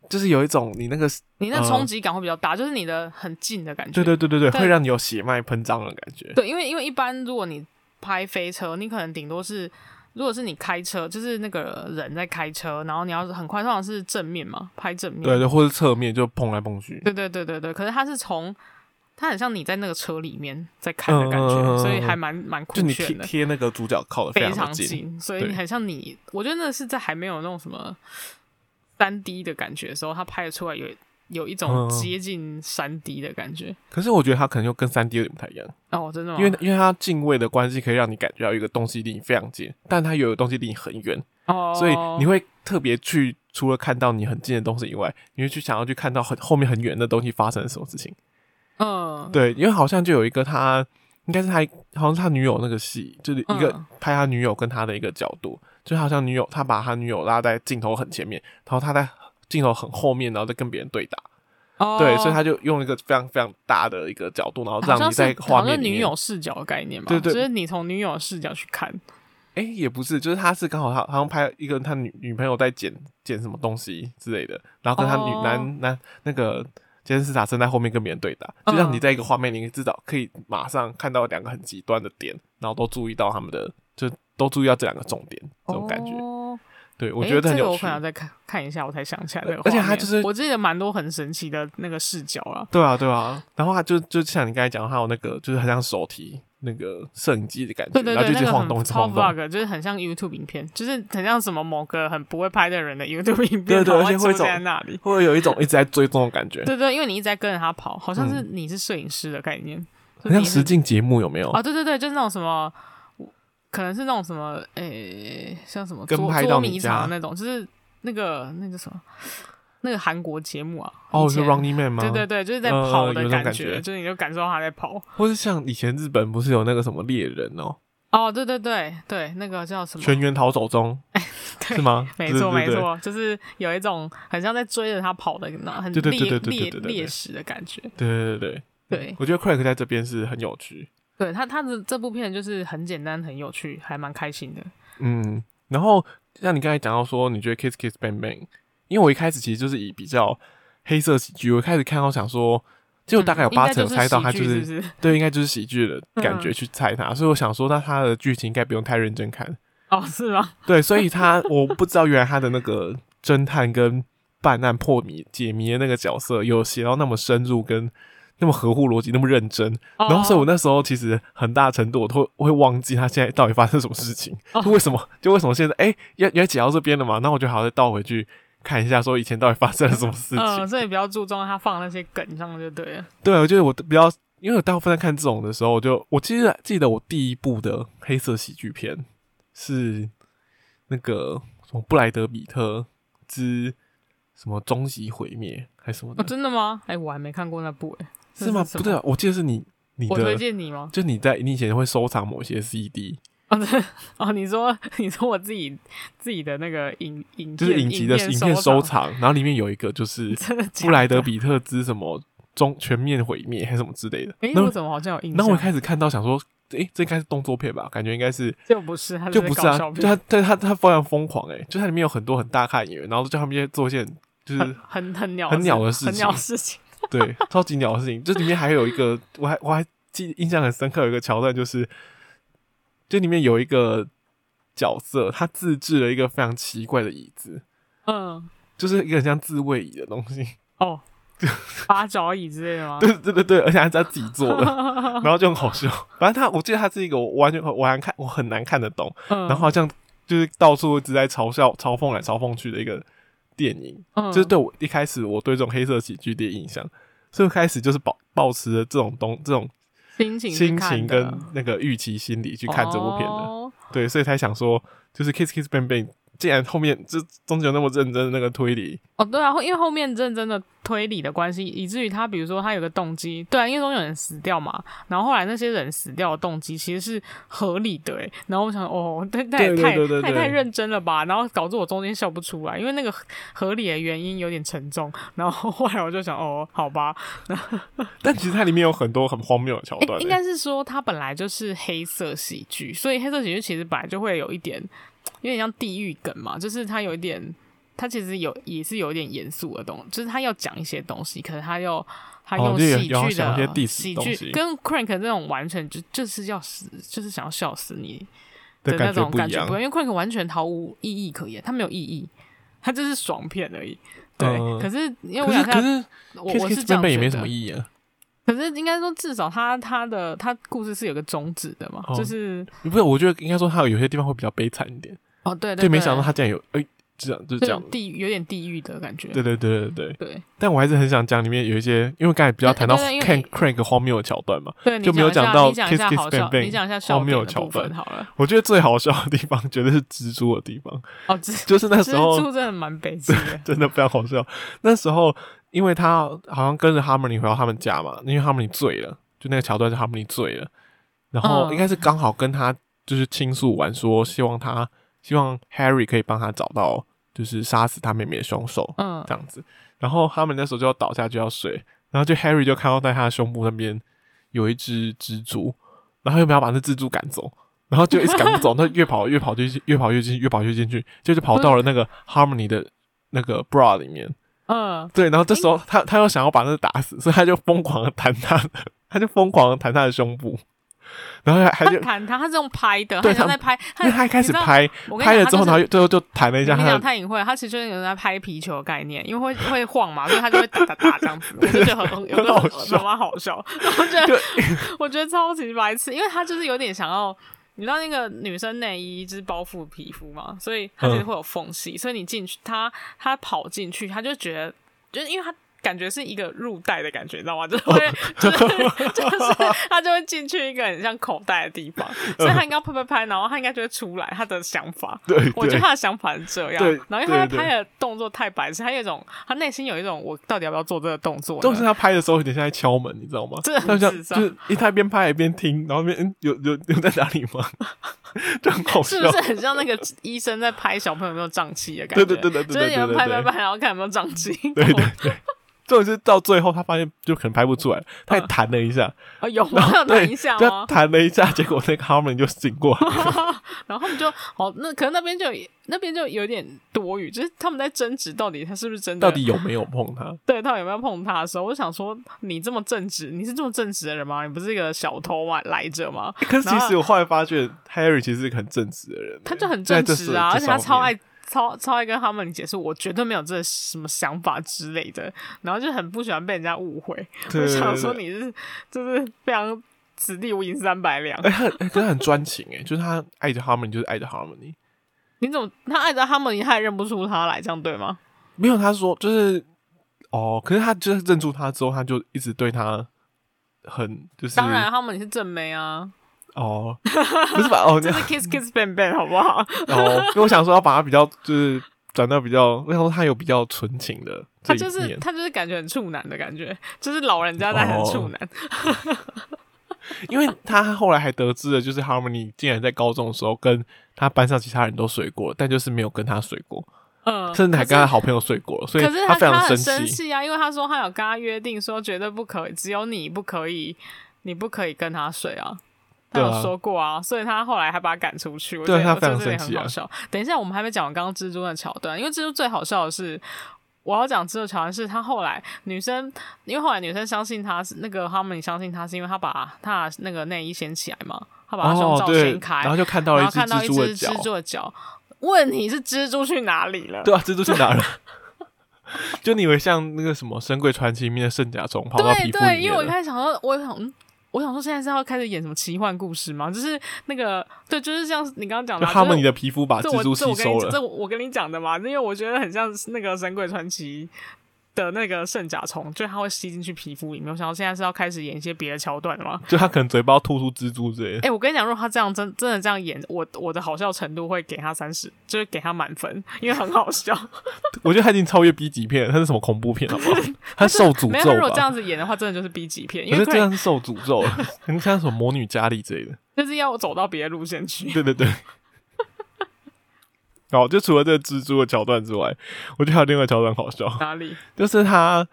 就是有一种你那个你那呃冲击感会比较大，就是你的很近的感觉。对对对对对，对会让你有血脉喷张的感觉。对，因为因为一般如果你拍飞车，你可能顶多是，如果是你开车，就是那个人在开车，然后你要是很快，通常是正面嘛，拍正面。对对，或是侧面就碰来碰去，对对对对对可是他是从，他很像你在那个车里面在看的感觉，嗯所以还蛮蛮酷就你贴炫的，贴那个主角靠的非常的近，近，所以你对很像你，我觉得那是在还没有那种什么三 D 的感觉的时候，他拍得出来有有一种嗯接近三 D 的感觉。可是我觉得它可能又跟三 D 有点不太一样。哦，真的吗？因为因为它敬畏的关系，可以让你感觉到有一个东西离你非常近，但它又有东西离你很远，哦，所以你会特别去除了看到你很近的东西以外，你会去想要去看到很后面很远的东西发生了什么事情。嗯，对，因为好像就有一个他，应该是他好像是他女友那个戏，就是一个嗯拍他女友跟他的一个角度，就好像女友他把他女友拉在镜头很前面，然后他在镜头很后面，然后再跟别人对打。哦，对，所以他就用一个非常非常大的一个角度，然后好让像你在是画好像面是里女面友视角的概念吧，对对就是你从女友视角去看，哎、也不是，就是他是刚好他好像拍一个他女女朋友在捡捡什么东西之类的，然后跟他女、哦男男那个杰森斯坦森在后面跟别人对打，嗯就让你在一个画面里至少可以马上看到两个很极端的点，然后都注意到他们的，就都注意到这两个重点，这种感觉，哦对我诶觉得很这个有我趣。可能要再看看一下，我才想起来这个画面。而且它就是我记得蛮多很神奇的那个视角了。对啊，对啊，然后他就就像你刚才讲的，他有那个就是很像手提那个摄影机的感觉，对对然对，后就那一直个晃很动，一直超晃动， vlog，就是很像 YouTube 影片，就是很像什么某个很不会拍的人的 YouTube 影对片，对然后而且会出现走在那里。会有一种一直在追踪的感觉，对对，因为你一直在跟着他跑，好像是你是摄影师的概念，很嗯就像哦你是实境节目有没有？啊，对对对，就是那种什么，可能是那种什么，诶、像什么跟捉拍到捉你迷家藏那种，就是那个那个什么，那个韩国节目啊，哦，以是前 Running Man 吗？对对对，就是在呃跑有的那种感觉，觉就是你就感受到他在跑。或是像以前日本不是有那个什么猎人哦、哦，对对对对，那个叫什么？哎全员逃走中，对是吗？没对错对没对错，就是有一种很像在追着他跑的那很对对对猎对对对猎对对猎对食的感觉。对对对对对我觉得 Craig 在这边是很有趣，对他他的这部片就是很简单很有趣，还蛮开心的。嗯，然后像你刚才讲到说，你觉得 Kiss Kiss Bang Bang，因为我一开始其实就是以比较黑色喜剧，我一开始看到想说，就大概有嗯应该八成就猜到喜他剧就是是不是嗯对，应该就是喜剧的感觉去猜他，所以我想说，那他的剧情应该不用太认真看，哦是吗？ 对，所以他我不知道原来他的那个侦探跟办案破谜解谜的那个角色有写到那么深入跟。那么合乎逻辑，那么认真，哦然后所以我那时候其实很大程度我都会会忘记他现在到底发生什么事情，哦就为什么就为什么现在哎原原来解到这边了嘛，那我就好再倒回去看一下说以前到底发生了什么事情。嗯，所以比较注重他放那些梗上就对了。对，我觉得我比较，因为我大部分在看这种的时候，我就我其实记得我第一部的黑色喜剧片是那个什么布莱德比特之什么终极毁灭还是什么哦，的，真的吗？哎、我还没看过那部哎、这是吗？什不么对啊，我记得是你你我推的，荐你吗？就你在你以前会收藏某些 CD，哦，对哦，你说你说我自己自己的那个影影就是片影集的影片片收藏，藏，然后里面有一个就是真的假布莱德的？比特之什么终全面毁灭还是什么之类的。哎、那我怎么好像有印象？那我一开始看到想说，诶、这应该是动作片吧？感觉应该是就不是，他就在不是搞啊笑，就片他对他他非常疯狂诶、欸就它里面有很多很大咖演员，然后叫他们去做一些很就是 很很很鸟很鸟的事很鸟情事情。对超级鸟的事情。这里面还有一个，我还我还记印象很深刻，有一个桥段就是，这里面有一个角色，他自制了一个非常奇怪的椅子，嗯，就是一个很像自慰椅的东西， 哦，八角椅之类的吗？对对对对，而且还是他自己做 的，然后就很好笑。反正他，我记得他是一个我完全我难看，我很难看得懂，嗯，然后好像就是到处一直在嘲笑、嘲讽来嘲讽去的一个电影。嗯就是对我一开始我对这种黑色喜剧的印象，所以我开始就是保保持着这种东这种心情心去看情的跟那个预期心理去看这部片的，哦对，所以才想说，就是 Kiss Kiss Bang Bang，既然后面这中间有那么认真的那个推理，哦，对啊，因为后面认真的推理的关系，以至于他比如说他有个动机，对啊，因为总有人死掉嘛，然后后来那些人死掉的动机其实是合理的，哎，然后我想，哦，太太对对太对对太对太认真了吧，然后导致我中间笑不出来，因为那个合合理的原因有点沉重，然后后来我就想，哦，好吧，但其实它里面有很多很荒谬的桥诶段、哎应欸。该是说它本来就是黑色喜剧，所以黑色喜剧其实本来就会有一点，有点像地狱梗嘛，就是它有一点，它其实有也是有一点严肃的东就是它要讲一些东西，可是它又它哦用就有喜有要剧的、想一些 diss 喜东剧西跟 Crank 这种完全就就是要死，就是想要笑死你的那感觉种不感一觉样不，因为 Crank 完全毫无意义可言，它没有意义，它就是爽片而已。对，嗯可是因为我可是想可看，是我 Kiss 我 Kiss 这 Bang 样 Bang 也觉没得什么意义啊，可是应该说，至少他他的他故事是有个宗旨的嘛，哦就是不是？我觉得应该说它有些地方会比较悲惨一点。哦对对对，没想到他竟然有哎、这样就是这这样种。地狱有点地狱的感觉，对对对对对，对但我还是很想讲里面有一些，因为刚才比较谈到对对因为 Can 你 Crank 荒谬的桥段嘛，对，你就没有讲一讲下到你讲一下 Kiss Kiss 好笑 Bang，Bang 你讲一下笑荒谬点的的桥部分段好了。我觉得最好笑的地方绝对是蜘蛛的地方，哦，蜘就是那时蜘候蛛真的蛮北 极的，真的非常好笑。那时候因为他好像跟着 Harmony 回到他们家嘛，因为 Harmony 醉了，就那个桥段是 Harmony 醉了，然后嗯应该是刚好跟他就是倾诉完说，希望他希望 Harry 可以帮他找到就是杀死他妹妹的凶手，嗯这样子。然后他们那时候就要倒下就要睡，然后就 Harry 就看到在他的胸部那边有一只蜘蛛，然后又没有把那蜘蛛赶走，然后就一直赶不走，他越跑越跑就越跑越近，越跑越进去，就是跑到了那个 Harmony 的那个 bra 里面。嗯，对，然后这时候他他又想要把那个打死，所以他就疯狂的弹他的，他就疯狂的弹他的胸部，然后还他就弹他，他是用拍的，对他像他在拍，因为他一开始你知道拍我跟你拍了讲之后，然后他就是又最后就弹了一我下跟你他讲的，太隐晦了，他其实就是有人在拍皮球的概念，因为会会晃嘛，所以他就会打打打这样子，我就觉得很很有个很好笑很蛮好笑，我觉得我觉得超级白痴，因为他就是有点想要。你知道那个女生内衣就是包覆皮肤嘛，所以它其实嗯会有缝隙，所以你进去，他他跑进去，他就觉得，就是因为他感觉是一个入袋的感觉，你知道吗？就是会， 就是就是他就会进去一个很像口袋的地方，所以他应该拍拍拍，然后他应该就会出来他的想法，对对 我觉得他的想法是这样，对然后因为他对对拍的动作太白痴，他有一种他内心有一种我到底要不要做这个动作呢？都是他拍的时候有点像在敲门，你知道吗？真的很他像就智障是一他一边拍一边听，然后一边嗯有有有在哪里吗？ 就很好笑是不。是很像那个医生在拍小朋友有没有胀气的感对觉？对对对对就是对你对们对拍拍对拍，然后看有没有胀气。对对对。重点是到最后，他发现就可能拍不出来，他也弹了一下， 哦，有然吗？有啊后那对，影响就吗？弹了一下，结果那个 Harmony 就醒过来 了，然后他们就哦，那可能那边就有那边就有点多余，就是他们在争执到底他是不是真的，到底有没有碰他？对到底有没有碰他的时候，我想说你这么正直，你是这么正直的人吗？你不是一个小偷吗？来着吗？可是其然后实我后来发觉，Harry 其实是个很正直的人欸，他就很在正这直是啊，而这且他上超面爱超超爱跟他们解释，我绝对没有这什么想法之类的，然后就很不喜欢被人家误会。对我对想对说对你是就是非常此地无银三百 两，哎、他哎可是他很专情哎、就是他爱着 Harmony 就是爱着 Harmony，你怎么他爱着他们，你还认不出他来，这样对吗？没有他说就是哦，可是他就是认出他之后，他就一直对他很就是当然，他们也是正妹啊，哦，不是吧？哦，这就样是 kiss kiss bang bang 好 不好？哦，因为我想说要把它比较就是转到比较，然后它有比较纯情的这他一就是面，他就是感觉很处男的感觉，就是老人家在哦很处男。因为他后来还得知了，就是 Harmony 竟然在高中的时候跟他班上其他人都睡过，但就是没有跟他睡过，嗯，甚至还可是跟他好朋友睡过，所以可是他非常他很生气。气啊，因为他说他有跟他约定说绝对不可以，只有你不可以，你不可以跟他睡啊。他对啊有说过啊，所以他后来还把他赶出去。我对觉得他我觉非得常这点生很气啊好笑。等一下，我们还没讲完刚刚蜘蛛的桥段，因为蜘蛛最好笑的是，我要讲蜘蛛的桥段是他后来女生，因为后来女生相信他是那个哈姆尼相信他是因为他把他的那个内衣掀起来嘛，他把他胸哦，罩对掀，开，然后就看到了一然后只看到蜘一蛛的只脚，蜘蛛的脚。问题是蜘蛛去哪里了？对啊，蜘蛛去哪了？ 就你以为像那个什么《神鬼传奇》里面的圣甲虫跑到皮肤对里面了？对，因为我一开始想说，我想，嗯我想说，现在是要开始演什么奇幻故事吗？就是那个，对，就是像你刚刚讲的就啊，他们就你是的皮肤把这蜘我蛛这吸我跟收你这了，我我跟你讲的嘛，因为我觉得很像是那个《神鬼传奇》的那个圣甲虫，就是它会吸进去皮肤里面。我想到现在是要开始演一些别的桥段了吗？ 就他可能嘴巴要吐出蜘蛛之类的哎、。我跟你讲，如果他这样真真的这样演，我我的好笑程度会给他三十，就是给他满分，因为很好笑。我觉得他已经超越 B 级片了，他是什么恐怖片 好不好？他受诅没有，他如咒果这吧？样子演的话，真的就是 B 级片，可因是为这 Craig 样是受诅咒了，很像什么魔女佳丽之类的。就是要走到别的路线去。对对对。好，就除了这个蜘蛛的桥段之外，我觉得还有另外一个桥段好笑，哪里？就是他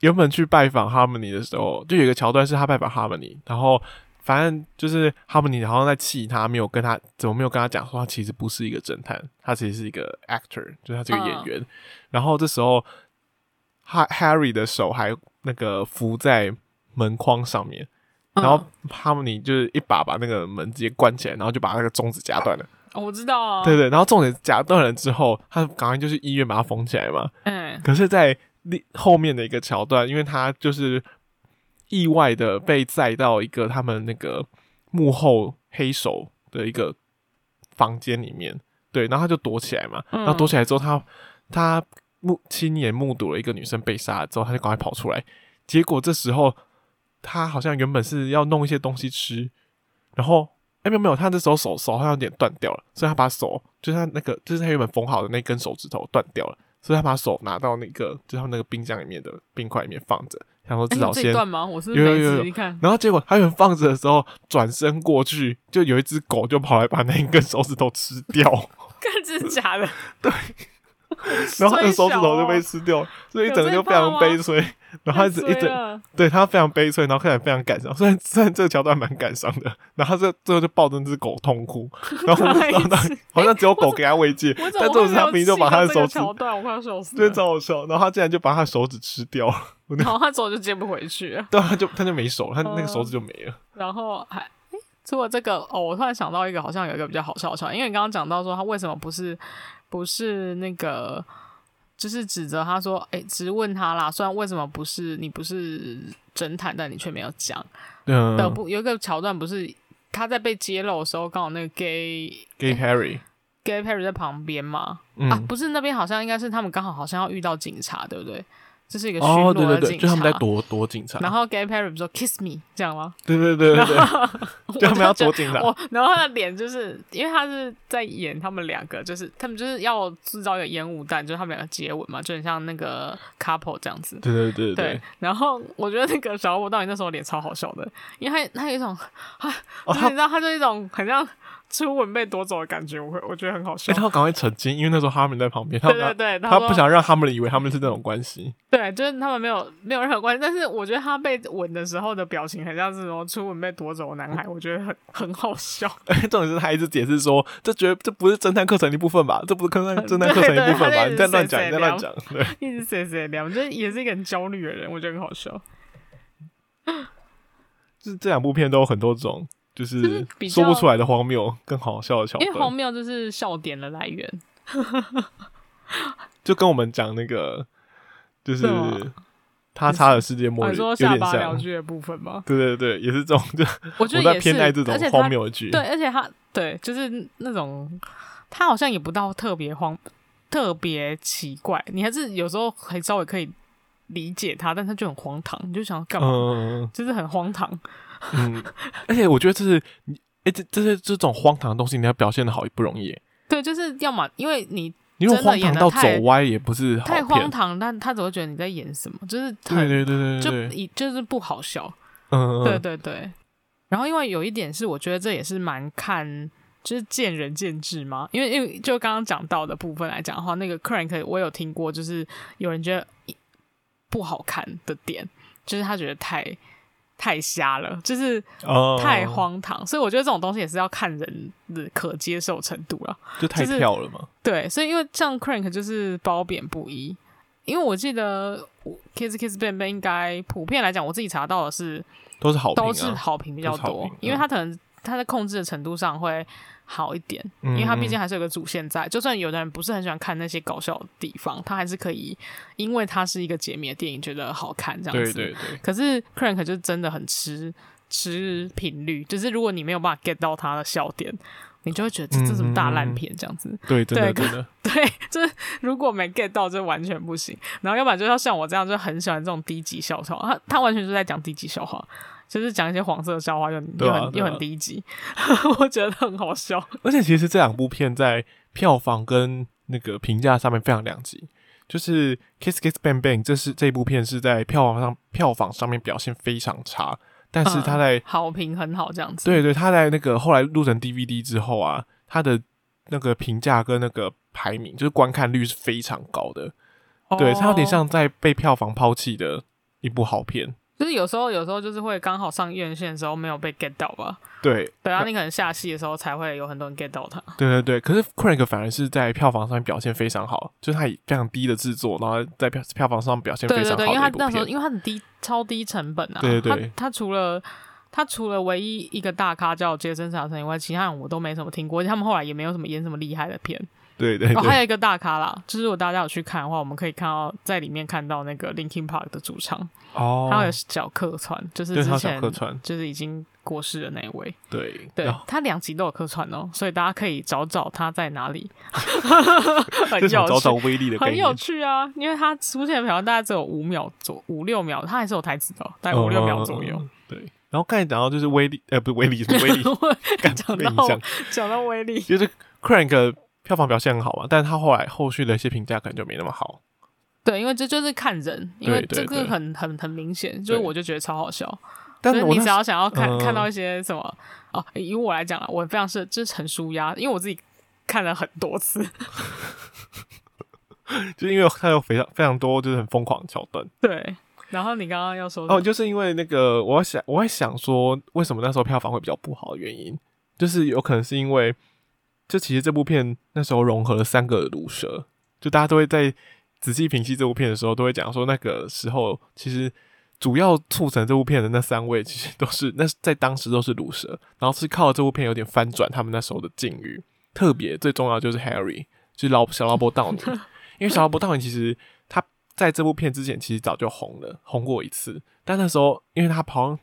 原本去拜访 Harmony 的时候，就有一个桥段是他拜访 Harmony，然后反正就是 Harmony 好像在气他，没有跟他怎么没有跟他讲说他其实不是一个侦探，他其实是一个 actor，就是他是一个演员。然后这时候哈 Harry 的手还那个扶在门框上面，嗯然后 Harmony 就是一把把那个门直接关起来，然后就把那个中指夹断了。哦，我知道啊。对对，然后重点夹断了之后，他赶快就去医院把它缝起来嘛。嗯，可是，在另后面的一个桥段，因为他就是意外的被载到一个他们那个幕后黑手的一个房间里面，对，然后他就躲起来嘛，嗯然后躲起来之后他，他目亲眼目睹了一个女生被杀了之后，他就赶快跑出来，结果这时候他好像原本是要弄一些东西吃，然后。哎、没有没有，他这时候手手好像有点断掉了，所以他把手就是他那个就是他原本缝好的那根手指头断掉了，所以他把手拿到那个就是他们那个冰箱里面的冰块里面放着，想说哎至你少有这一先段吗？我是有有没有仔有细看。然后结果他原本放着的时候，转身过去，就有一只狗就跑来把那一根手指头吃 掉，看这是 假的，然后那个手指头就衰被小哦吃掉，所以有整个这就一非常趴悲吗催。然后他一直太一直衰啊了对他非常悲催，然后看起来非常感伤。虽然虽然这个桥段蛮感伤的， 然后他最最后就抱着那只狗痛哭， 然后我不 知道他白痴好像只有狗给他慰藉， 我怎么但这种是他会没平有时就把记他得的这手个指，桥段，我快要笑死真的了。超好笑。然后他竟然就把他手指吃掉 了，然后他手就接不回去了，对啊，他就他就没手了，他那个手指就没了。然后还。诶除了这个哦，我突然想到一个，好像有一个比较好笑的桥段，因为你刚刚讲到说他为什么不是不是那个，就是指责他说，哎、直问他啦，虽然为什么不是你不是侦探，但你却没有讲嗯的不、有一个桥段不是他在被揭露的时候，刚好那个 gay ，Gay Harry， gay Perry 在旁边嘛，啊，嗯，不是那边好像应该是他们刚好好像要遇到警察，对不对？这是一个巡哦，逻的警对对对，察，就他们在躲躲警察，然后 Gay Perry 说 “kiss me” 这样吗？对对对对 对，就他们要躲警察，我，然后他的脸就是因为他是在演他们两个，就是他们就是要制造一个烟雾弹，就是他们两个接吻嘛，就很像那个 couple 这样子。对对对对，然后我觉得那个小罗伯到底那时候脸超好笑的，因为他他有一种，哦，就是他你知道，他就一种很像初吻被夺走的感觉，我会我觉得很好笑哎，。他要赶快澄清，因为那时候哈们在旁边，他对对对，他说不想让他们以为他们是那种关系，对，就是他们没有没有任何关系，但是我觉得他被吻的时候的表情很像是什么初吻被夺走的男孩，我觉得很很好笑。 重点是他一直解释说，这绝这不是侦探课程的一部分吧？这不是侦探侦探课程的一部分吧？对对你在乱讲，他在你在乱讲，对，一直谁谁聊，就是也是一个很焦虑的人，我觉得很好笑。就是这两部片都有很多种，就是比较说不出来的荒谬，更好笑的桥因为荒段，谬就是笑点的来源，就跟我们讲那个，就是什么他差的世界末啊日你有说下点巴聊像，剧的部分吗？对对对，也是这种，就我觉我得在也偏是，爱这种而且他荒谬的剧，对，而且他对，就是那种他好像也不到特别荒，特别奇怪，你还是有时候还稍微可以理解他，但他就很荒唐，你就想干嘛？嗯。就是很荒唐， 嗯，而且我觉得这是你哎、这这些这种荒唐的东西，你要表现的好也不容易耶。对，就是要么因为你你如果真的荒唐演得到走太歪，也不是好太片。荒唐，但他只会觉得你在演什么，就是很对对对对就对对，以就是不好笑。嗯，嗯对嗯对对。然后因为有一点是，我觉得这也是蛮看。就是见仁见智嘛，因为因为就刚刚讲到的部分来讲的话，那个 crank 我有听过，就是有人觉得不好看的点，就是他觉得太太瞎了，就是哦太，荒唐，所以我觉得这种东西也是要看人的可接受程度了。就太就是跳了嘛。对，所以因为像 Crank 就是褒贬不一，因为我记得我 Kiss Kiss Bang Bang 应该普遍来讲，我自己查到的是都是好评啊，都是好评比较都是好多评，嗯因为它可能它在控制的程度上会好一点，嗯因为它毕竟还是有个主线在。就算有的人不是很喜欢看那些搞笑的地方，他还是可以，因为它是一个解谜的电影，觉得好看这样对子。对对，可是 Crank 就是真的很吃吃频率，就是如果你没有办法 get 到他的笑点，你就会觉得这这什么大嗯烂片这样子。对，真的对真的， 对，就是如果没 get 到，就完全不行。然后要不然就要像我这样，就很喜欢这种低级笑话。他他完全就是在讲低级笑话，就是讲一些黄色的笑话，又很对又啊很对又啊很低级， 我觉得很好笑。而且其实这两部片在票房跟那个评价上面非常两极。就是《Kiss Kiss Bang Bang》，这是这部片是在票房上票房上面表现非常差，但嗯是它在、好评很好，这样子。对对，它在那个后来录成 DVD 之后啊，它的那个评价跟那个排名，就是观看率是非常高的。哦对，它有点，像在被票房抛弃的一部好片。就是有时候有时候就是会刚好上院线的时候没有被 get 到吧。对，对啊，你可能下戏的时候才会有很多人 get 到它。对对对，可是 Crank 反而是在票房上面表现非常好，就是它以非常低的制作，然后在票票房上表现非对常对好的一对，因为他部那时候片。因为他很低超低成本啊，对对对他他除了他除了唯一一个大咖叫杰森·查森以外，其他人我都没什么听过，而且他们后来也没有什么演什么厉害的片。对对哦，还对，有一个大咖啦，就是如果大家有去看的话，我们可以看到在里面看到那个 Linkin Park 的主唱，他有哦，小客串，就是对，他之小前客串，哦就是已经过世的那一位，对对、然后他两集都有客串哦，所以大家可以找找他在哪 里，很这有种找趣找威力的概很念有，趣啊，因为它出现的好像大概只有五秒左五六秒，它还是有台词的哦，大概五六秒左右嗯。。嗯嗯嗯对，然后刚才讲到就是威力，呃，不是威力，是 威力，我干讲被到影响讲到威力，就是 Crank 票房表现很好嘛，但是他后来后续的一些评价可能就没那么好。对，因为这就是看人，因为对对这个对很很很明显，就是对我就觉得超好笑。但就是我你那只时要想要看、嗯看到一些什么哦，以我来讲啊，我非常是就是很舒压，因为我自己看了很多次，就是因为他有非常非常多就是很疯狂的桥段。对。然后你刚刚要说什么哦，就是因为那个，我想我会想说，为什么那时候票房会比较不好的原因，就是有可能是因为，就其实这部片那时候融合了三个毒蛇，就大家都会在仔细评析这部片的时候，都会讲说那个时候其实。主要促成这部片的那三位，其实都是那在当时都是毒蛇，然后是靠这部片有点翻转他们那时候的境遇。特别最重要的就是 Harry，就是老小劳勃道尼，因为小劳勃道尼其实他在这部片之前其实早就红了，红过一次，但那时候因为他好像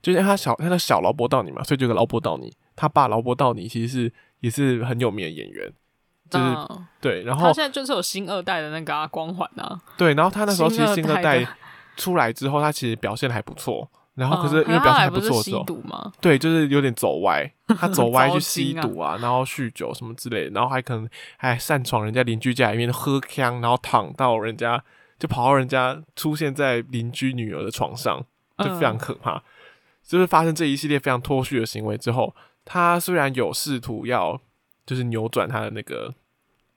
就是因为他小他的小劳勃道尼嘛，所以就有个劳勃道尼，他爸劳勃道尼其实是也是很有名的演员，就是、嗯对，然他后现在就是有新二代的那个、啊、光环啊，对，然后他那时候其实新新二二代代的出来之后，他其实表现还不错，然后可嗯是因为表他现后来还不是错之吸后，毒吗？对，就是有点走 歪，他走歪糟去吸心啊毒啊，然后酗酒什么之类的，然后还可能还擅闯人家邻居家里面喝呛，然后躺到人家就跑到人家出现在邻居女儿的床上，就非常嗯可怕。就是发生这一系列非常脱序的行为之后，他虽然有试图要就是扭转他的那个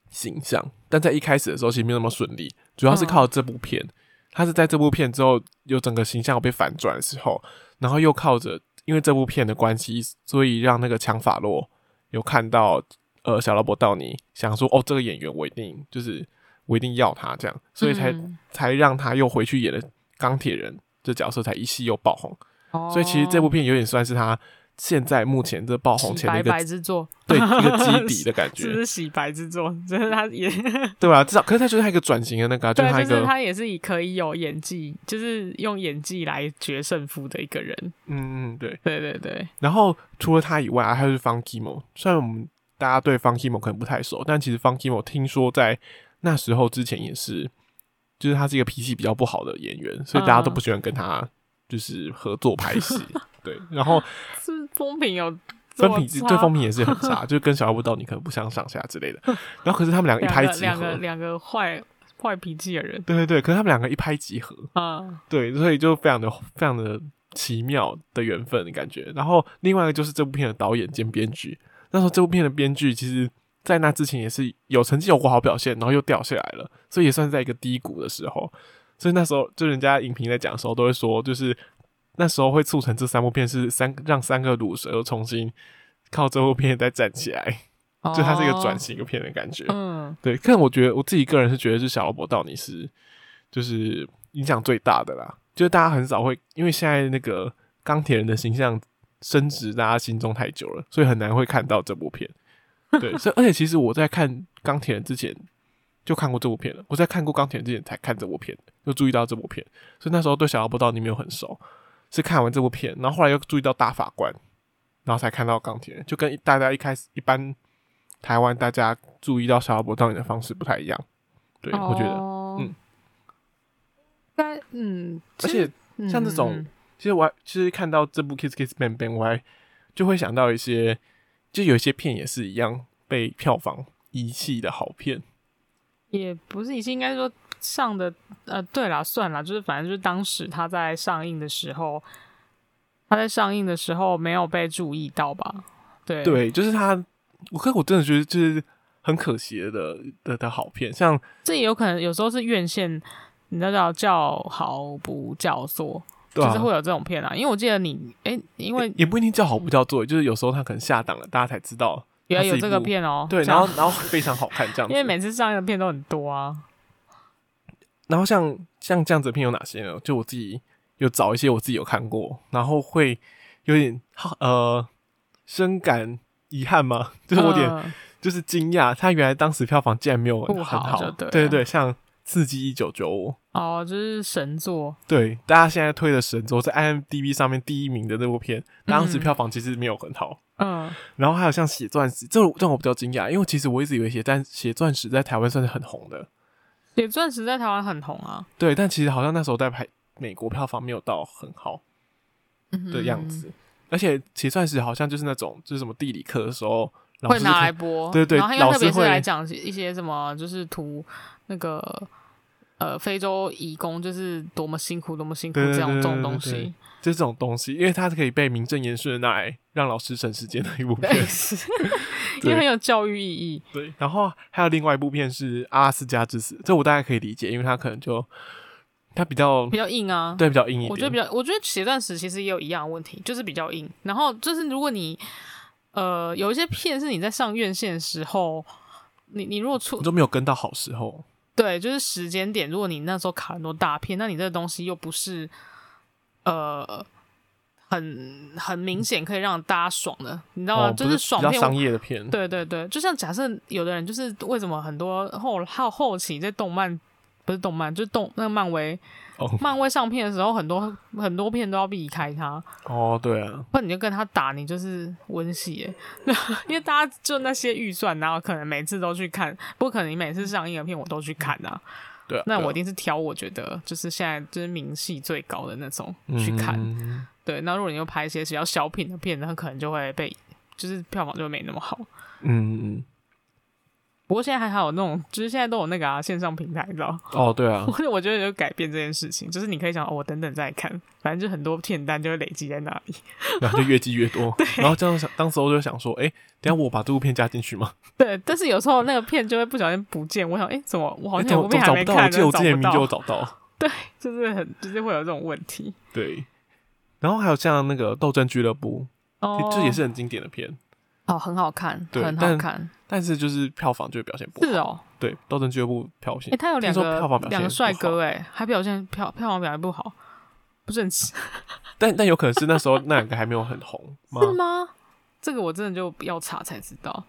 形象，但在一开始的时候其实没有那么顺利，主要是嗯靠这部片。他是在这部片之后，有整个形象被反转的时候，然后又靠着因为这部片的关系，所以让那个强法洛有看到呃小劳勃道尼，想说哦这个演员我一定就是我一定要他这样，所以才、嗯才让他又回去演了钢铁人这角色，才一系又爆红。哦所以其实这部片有点算是他现在目前这爆红洗前的哦白一个白之作，对一个基底的感 是觉不，是洗白之作？ 就是他也 对吧、至少可是他就是他一个转型的那个、啊，就是他对，一就是个他也是以可以有演技，就是用演技来决胜负的一个人。嗯嗯对。对对对，然后除了他以外、啊，还有就是 Funky Mo。虽然我们大家对 Funky Mo 可能不太熟，但其实 Funky Mo 听说在那时候之前也是，就是他是一个脾气比较不好的演员，所以大家都嗯不喜 欢跟他就是合作拍戏。对，然后是风评有多风评是差对风评也是很 差，就跟小阿布到你可能不相上下之类的。然后可是他们两个一两拍个即两合个，两个坏坏脾气的人对对对，可是他们两个一拍即合，啊，对，所以就非常的非常的奇妙的缘分的感觉。然后另外一个就是这部片的导演兼编剧，那时候这部片的编剧其实在那之前也是有曾经有过好表现，然后又掉下来了，所以也算是在一个低谷的时候。所以那时候就人家影评在讲的时候都会说，就是那时候会促成这三部片是三让三个卤蛇重新靠这部片再站起来， 就它是一个转哦，型一个片的感觉。嗯，对，但我觉得我自己个人是觉得是小罗伯道尼是就是影响最大的啦，就是大家很少会因为现在那个钢铁人的形象升值大家心中太久了，所以很难会看到这部片。对，所以而且其实我在看钢铁人之前就看过这部片了，我在看过钢铁人之前才看这部片，就注意到这部片，所以那时候对小罗伯道尼没有很熟，是看完这部片，然后后来又注意到大法官，然后才看到钢铁人，就跟大家一开始一般台湾大家注意到小罗伯道尼的方式不太一样。对，我觉得，哦嗯应该嗯，而其实且像这种嗯其实我还其实看到这部《Kiss Kiss Bang Bang》，我还就会想到一些，就有一些片也是一样被票房遗弃的好片。也不是已经应该说上的呃，对啦，算啦，就是反正就是当时他在上映的时候，他在上映的时候没有被注意到吧？对对，就是它，我可我真的觉得就是很可惜的的的好片，像这也有可能有时候是院线，你知道叫好不叫座，对、啊、就是会有这种片啊。因为我记得你，哎、因为也也不一定叫好不叫座，就是有时候它可能下档了，大家才知道。原来有它是一这个部片哦、对，这然样后然后非常好看这样子。因为每次上映的片都很多啊，然后像像这样子的片有哪些呢？就我自己有找一些我自己有看过，然后会有点哈呃深感遗憾吗？ 就是我有点、嗯就是惊讶，他原来当时票房竟然没有很不好好，就对对了对对，像《刺激一九九五》，哦，就是神作，对大家现在推的神作，在 IMDB 上面第一名的那部片，当时票房其实没有很好。嗯然后还有像《血钻石》，这让我比较惊讶，因为其实我一直以为《血钻血钻石》在台湾算是很红的，也钻石在台湾很红啊，对，但其实好像那时候在拍美国票房没有到很好的嗯样子，而且《血钻石》好像就是那种就是什么地理课的时候，老会师就拿可以来播，对对然后因为老特师别是会来讲一些什么，就是图那个呃非洲移工就是多么辛苦，多么辛苦对对这种对这种对东对西，就是这种东西，因为它是可以被名正言顺的拿来让老师省时间的一部片对，。是 因为很有教育意义，对，然后还有另外一部片是《阿拉斯加之死》，这我大概可以理解，因为它可能就它比较比较硬啊。对比较硬一点。我觉得比较，我觉得血钻石其实也有一样的问题，就是比较硬。然后就是如果你呃有一些片是你在上院线的时候，你你如果出你都没有跟到好时候，对，就是时间点。如果你那时候卡很多大片，那你这个东西又不是呃很很明显可以让大家爽的，你知道吗？哦，啊就不是爽比较片。商业的片，对对对，就像假设有的人就是为什么很多后后后期在动漫不是动漫，就是动那个漫威哦漫威上片的时候，很多很多片都要避开它，哦，对啊，不然你就跟他打，你就是温习耶， 因为大家就那些预算，然后可能每次都去看，不可能你每次上映的片我都去看啊。对啊，那对啊我一定是挑我觉得就是现在就是名气最高的那种去看。嗯对，那如果你又拍一些比较小品的片，那可能就会被就是票房就没那么好。嗯嗯，不过现在还好有那种，就是现在都有那个啊线上平台，你知道？哦，对啊， 我我觉得有改变这件事情，就是你可以想，哦，我等等再看，反正就很多片单就会累积在那里。 然后就越积越多，然后这样想，当时我就想说，哎、等一下我把这部片加进去吗？对，但是有时候那个片就会不小心不见，我想，哎、怎么我好诶像怎有么部都片还找没不到，看我呢，记得我之前找明不明就有到，找到。就是很就是会有这种问题。对，然后还有像那个《斗争俱乐部》哦，这也是很经典的片，哦，很好看，对很好但看，但是就是票房就会表现不好。是哦。对，《斗争俱乐部》票哎、现，他有两听说个票房表现两个帅不哥哎、还表现票票房表现不好，不是很奇但但有可能是那时候那两个还没有很 红吗？是吗？这个我真的就要查才知道，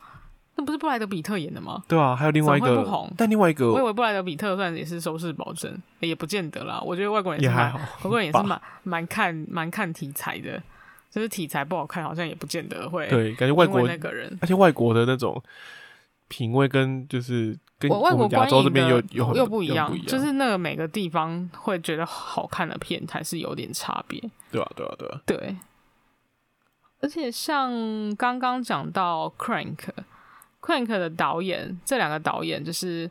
那不是布莱德比特演的吗？对啊，还有另外一怎么会个不红，但另外一我以个为布莱德比特算也是收视保证、欸也不见得啦。我觉得外国人也是还蛮，好，外国人也是吧蛮蛮看蛮看题材的，就是题材不好看，好像也不见得会对，感觉哎因外为国，那个人。而且外国的那种品味跟就是跟我外我国们亚观洲影这边的有有很又不不一有样，不一就是那个每个地方会觉得好看的片还是有点差别。对啊，对啊，对啊。对，而且像刚刚讲到 Crank。Crank 的导演，这两个导演就是，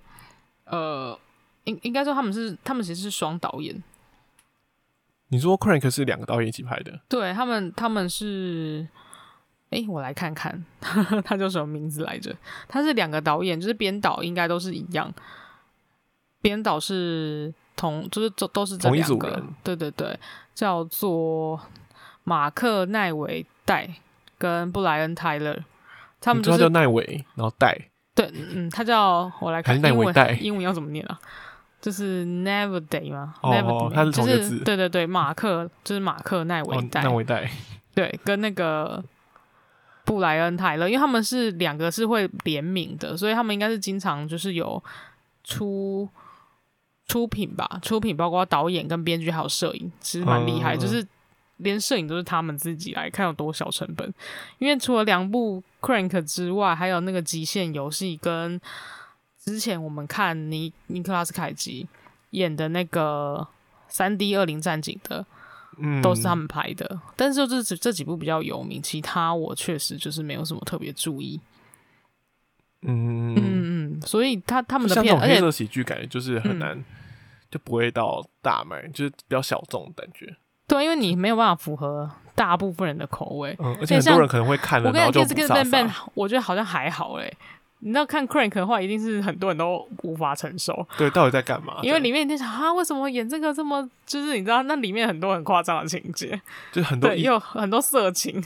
呃，应应该说他们是他们其实是双导演，你说 Crank 是两个导演一起拍的，对他们他们是，诶，我来看看他叫什么名字来着？他是两个导演，就是编导应该都是一样，编导是同就是都都是这同一两组个人，对对对，叫做马克奈维戴跟布莱恩泰勒，他们你知道就嗯是叫奈伟，然后戴对，嗯，他叫我来还看是奈英维文戴英文要怎么念啊？就是 Never Day 吗哦？Never 它是 Day，就同一个字是对对对，马克就是马克奈维哦戴，奈伟戴，对，跟那个布莱恩泰勒，因为他们是两个是会联名的，所以他们应该是经常就是有出出品吧，出品包括导演跟编剧还有摄影，其实蛮厉害，嗯就是连摄影都是他们自己来看有多小成本，因为除了两部 Crank 之外，还有那个极限游戏跟之前我们看尼尼克拉斯凯奇演的那个三 D 二零战警的。嗯，都是他们拍的，但是就是这这几部比较有名，其他我确实就是没有什么特别注意。嗯，嗯嗯嗯，所以他他他们的像这片，种而黑且色喜剧，感觉就是很嗯难，就不会到大卖，就是比较小众的感觉。对，因为你没有办法符合大部分人的口味。嗯，而且且很多像人可能会看了，我跟然后你就讲不，Kiss Kiss 撒 Bang 撒 Bang，我觉得好像还好嘞。你知道看 Crank 的话，一定是很多人都无法承受，对，到底在干嘛？因为这里样面你在想啊，为什么演这个这么，就是你知道那里面很多很夸张的情节，就是很多对，意也有很多色情，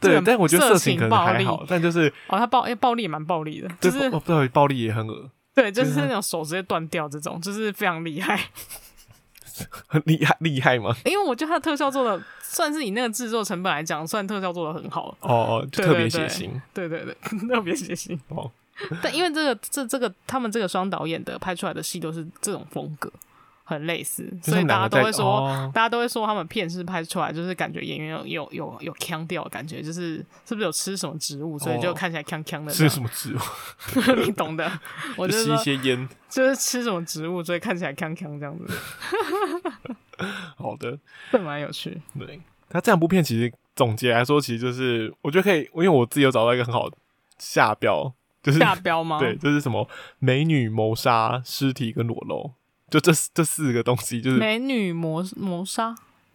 这对，种但我觉得色色情情可能暴还力好，但就是哦，他暴，哎暴力也蛮暴力的，对哦就是暴暴力暴力也很恶， 对，就就是是他那种手直接断掉这种，就是非常厉害。很厉害厉害 嘛。因为我觉得它的特效做的，算是以那个制作成本来讲，算特效做的很好了。哦，哦就对特对别血对腥对对对， 特别血腥。哦。但因为这个这这个他们这个双导演的拍出来的戏都是这种风格，很类似，就是所以他们大家两都个会在说，哦大家都会说他们片是拍出来就是感觉演员有有有有腔调，感觉就是是不是有吃什么植物，所以就哦看起来腔腔的这是样。什么植物？ 你懂的。我就就是吸一说，些 烟。就是吃什么植物，所以看起来腔腔这样子，好的，这蛮有趣。对。那这两部片其实总结来说，其实就是我觉得可以，因为我自己有找到一个很好的下标， 就是下标 吗？对，就是什么美女谋杀、尸体跟裸露，就这这四个东西，就是美女谋谋杀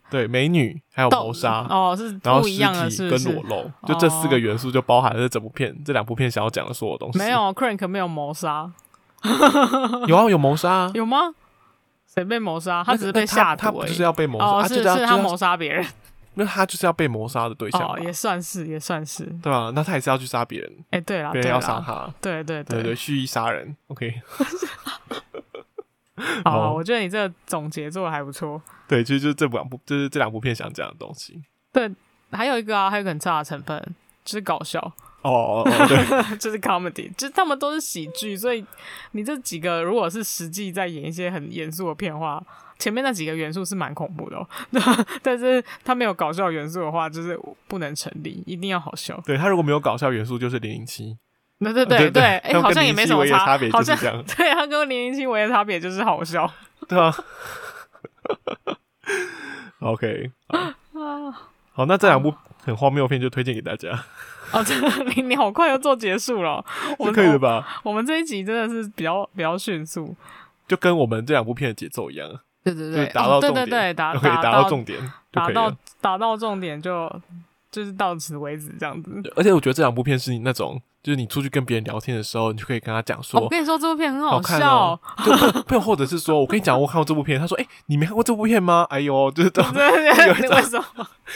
对美女还有到谋杀，哦，是 然后不尸一样的，体是不跟是裸？露，就这四个哦元素就包含了这整部片这两部片想要讲的所有东西。没有，Crank 没有谋杀， 有啊，有谋杀啊，有吗？谁被谋杀？他那只是那被下他毒不而就是已。要被谋杀，哦，啊是就是要他就是要谋杀别人那他就是要被谋杀的对象哦吧，？也算是也算是。对吧？那他也是要去杀别人，哎，对啦，别对人要杀啦，他，对对对对，，蓄意杀人。OK， 好啊，哦我觉得你这个总结做的还不错。对，其实就是这两部，就是这两部片想讲的东西。还有一个啊，还有一个很差的成分。就是搞笑，哦哦，哦对， 就是 comedy，就是他们都是喜剧，所以你这几个如果是实际在演一些很严肃的片的话，前面那几个元素是蛮恐怖的、哦，但是它没有搞笑元素的话，就是不能成立，一定要好笑。对他如果没有搞笑元素，就是零零七，对对哦对对对对，他哎，们好跟像也007没什么唯一的差差别好就是像这样对，他跟零零七唯一的差别就是好笑对啊。OK，啊。好，那这两部很荒谬的片就推荐给大家，哦，这个你你好快就做结束了哦，我是们可以的吧？我们这一集真的是比较比较迅速，就跟我们这两部片的节奏一样，对对就是对，达到哦对重对点，对，达可以达到到重点就达可以到了。达到重点就就是到此为止这样子。对而且我觉得这两部片是你那种，就是你出去跟别人聊天的时候，你就可以跟他讲哦我说。跟你说，这部片很好看哦笑，， 就朋朋友或者 是说，我跟你讲，我看过这部片。他说，哎、你没看过这部片吗？哎呦，就是这种 对对对，为什么？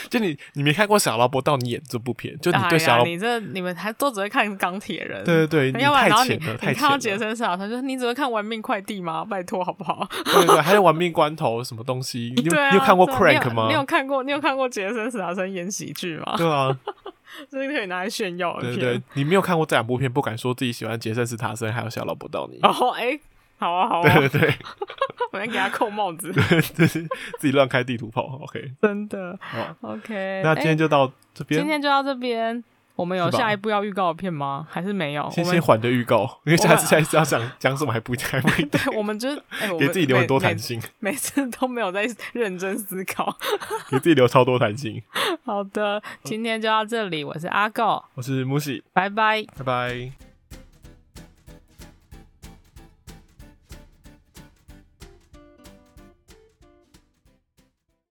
就你你没看过小劳勃到你演这部片，就你哎对小呀，劳，你这你们还都只会看钢铁人，对对对，要不太然然后你浅了，你太看浅到了。杰对森斯坦，他说你只会看《玩命快递》吗？拜托好不好？对，还有玩命关头什么东西，你有对啊，你有看过对啊 Crank 你有你有吗？看过你有看过杰森·斯坦森演喜剧吗？对啊， 这是可以拿来炫耀的对片。对，你没有看过这两部片，不敢说自己喜欢杰森斯塔森还有小劳勃到你。 然后哎，好啊好啊，对对对， 我先给他扣帽 子，对自己乱开地图炮。OK，真的。好， OK，那今天哎就到这边今。天就到这边。我们有是吧下一步要预告的片吗？还是没有？先我先们缓着预告，因为下次我下一次要讲讲什么还不还不一定我们就是、哎我给们自己留很多每弹性， 每，每次都没有在认真思考。给自己留超多弹性。好的，今天就到这里，我是阿狗，我是木喜，拜拜。拜拜。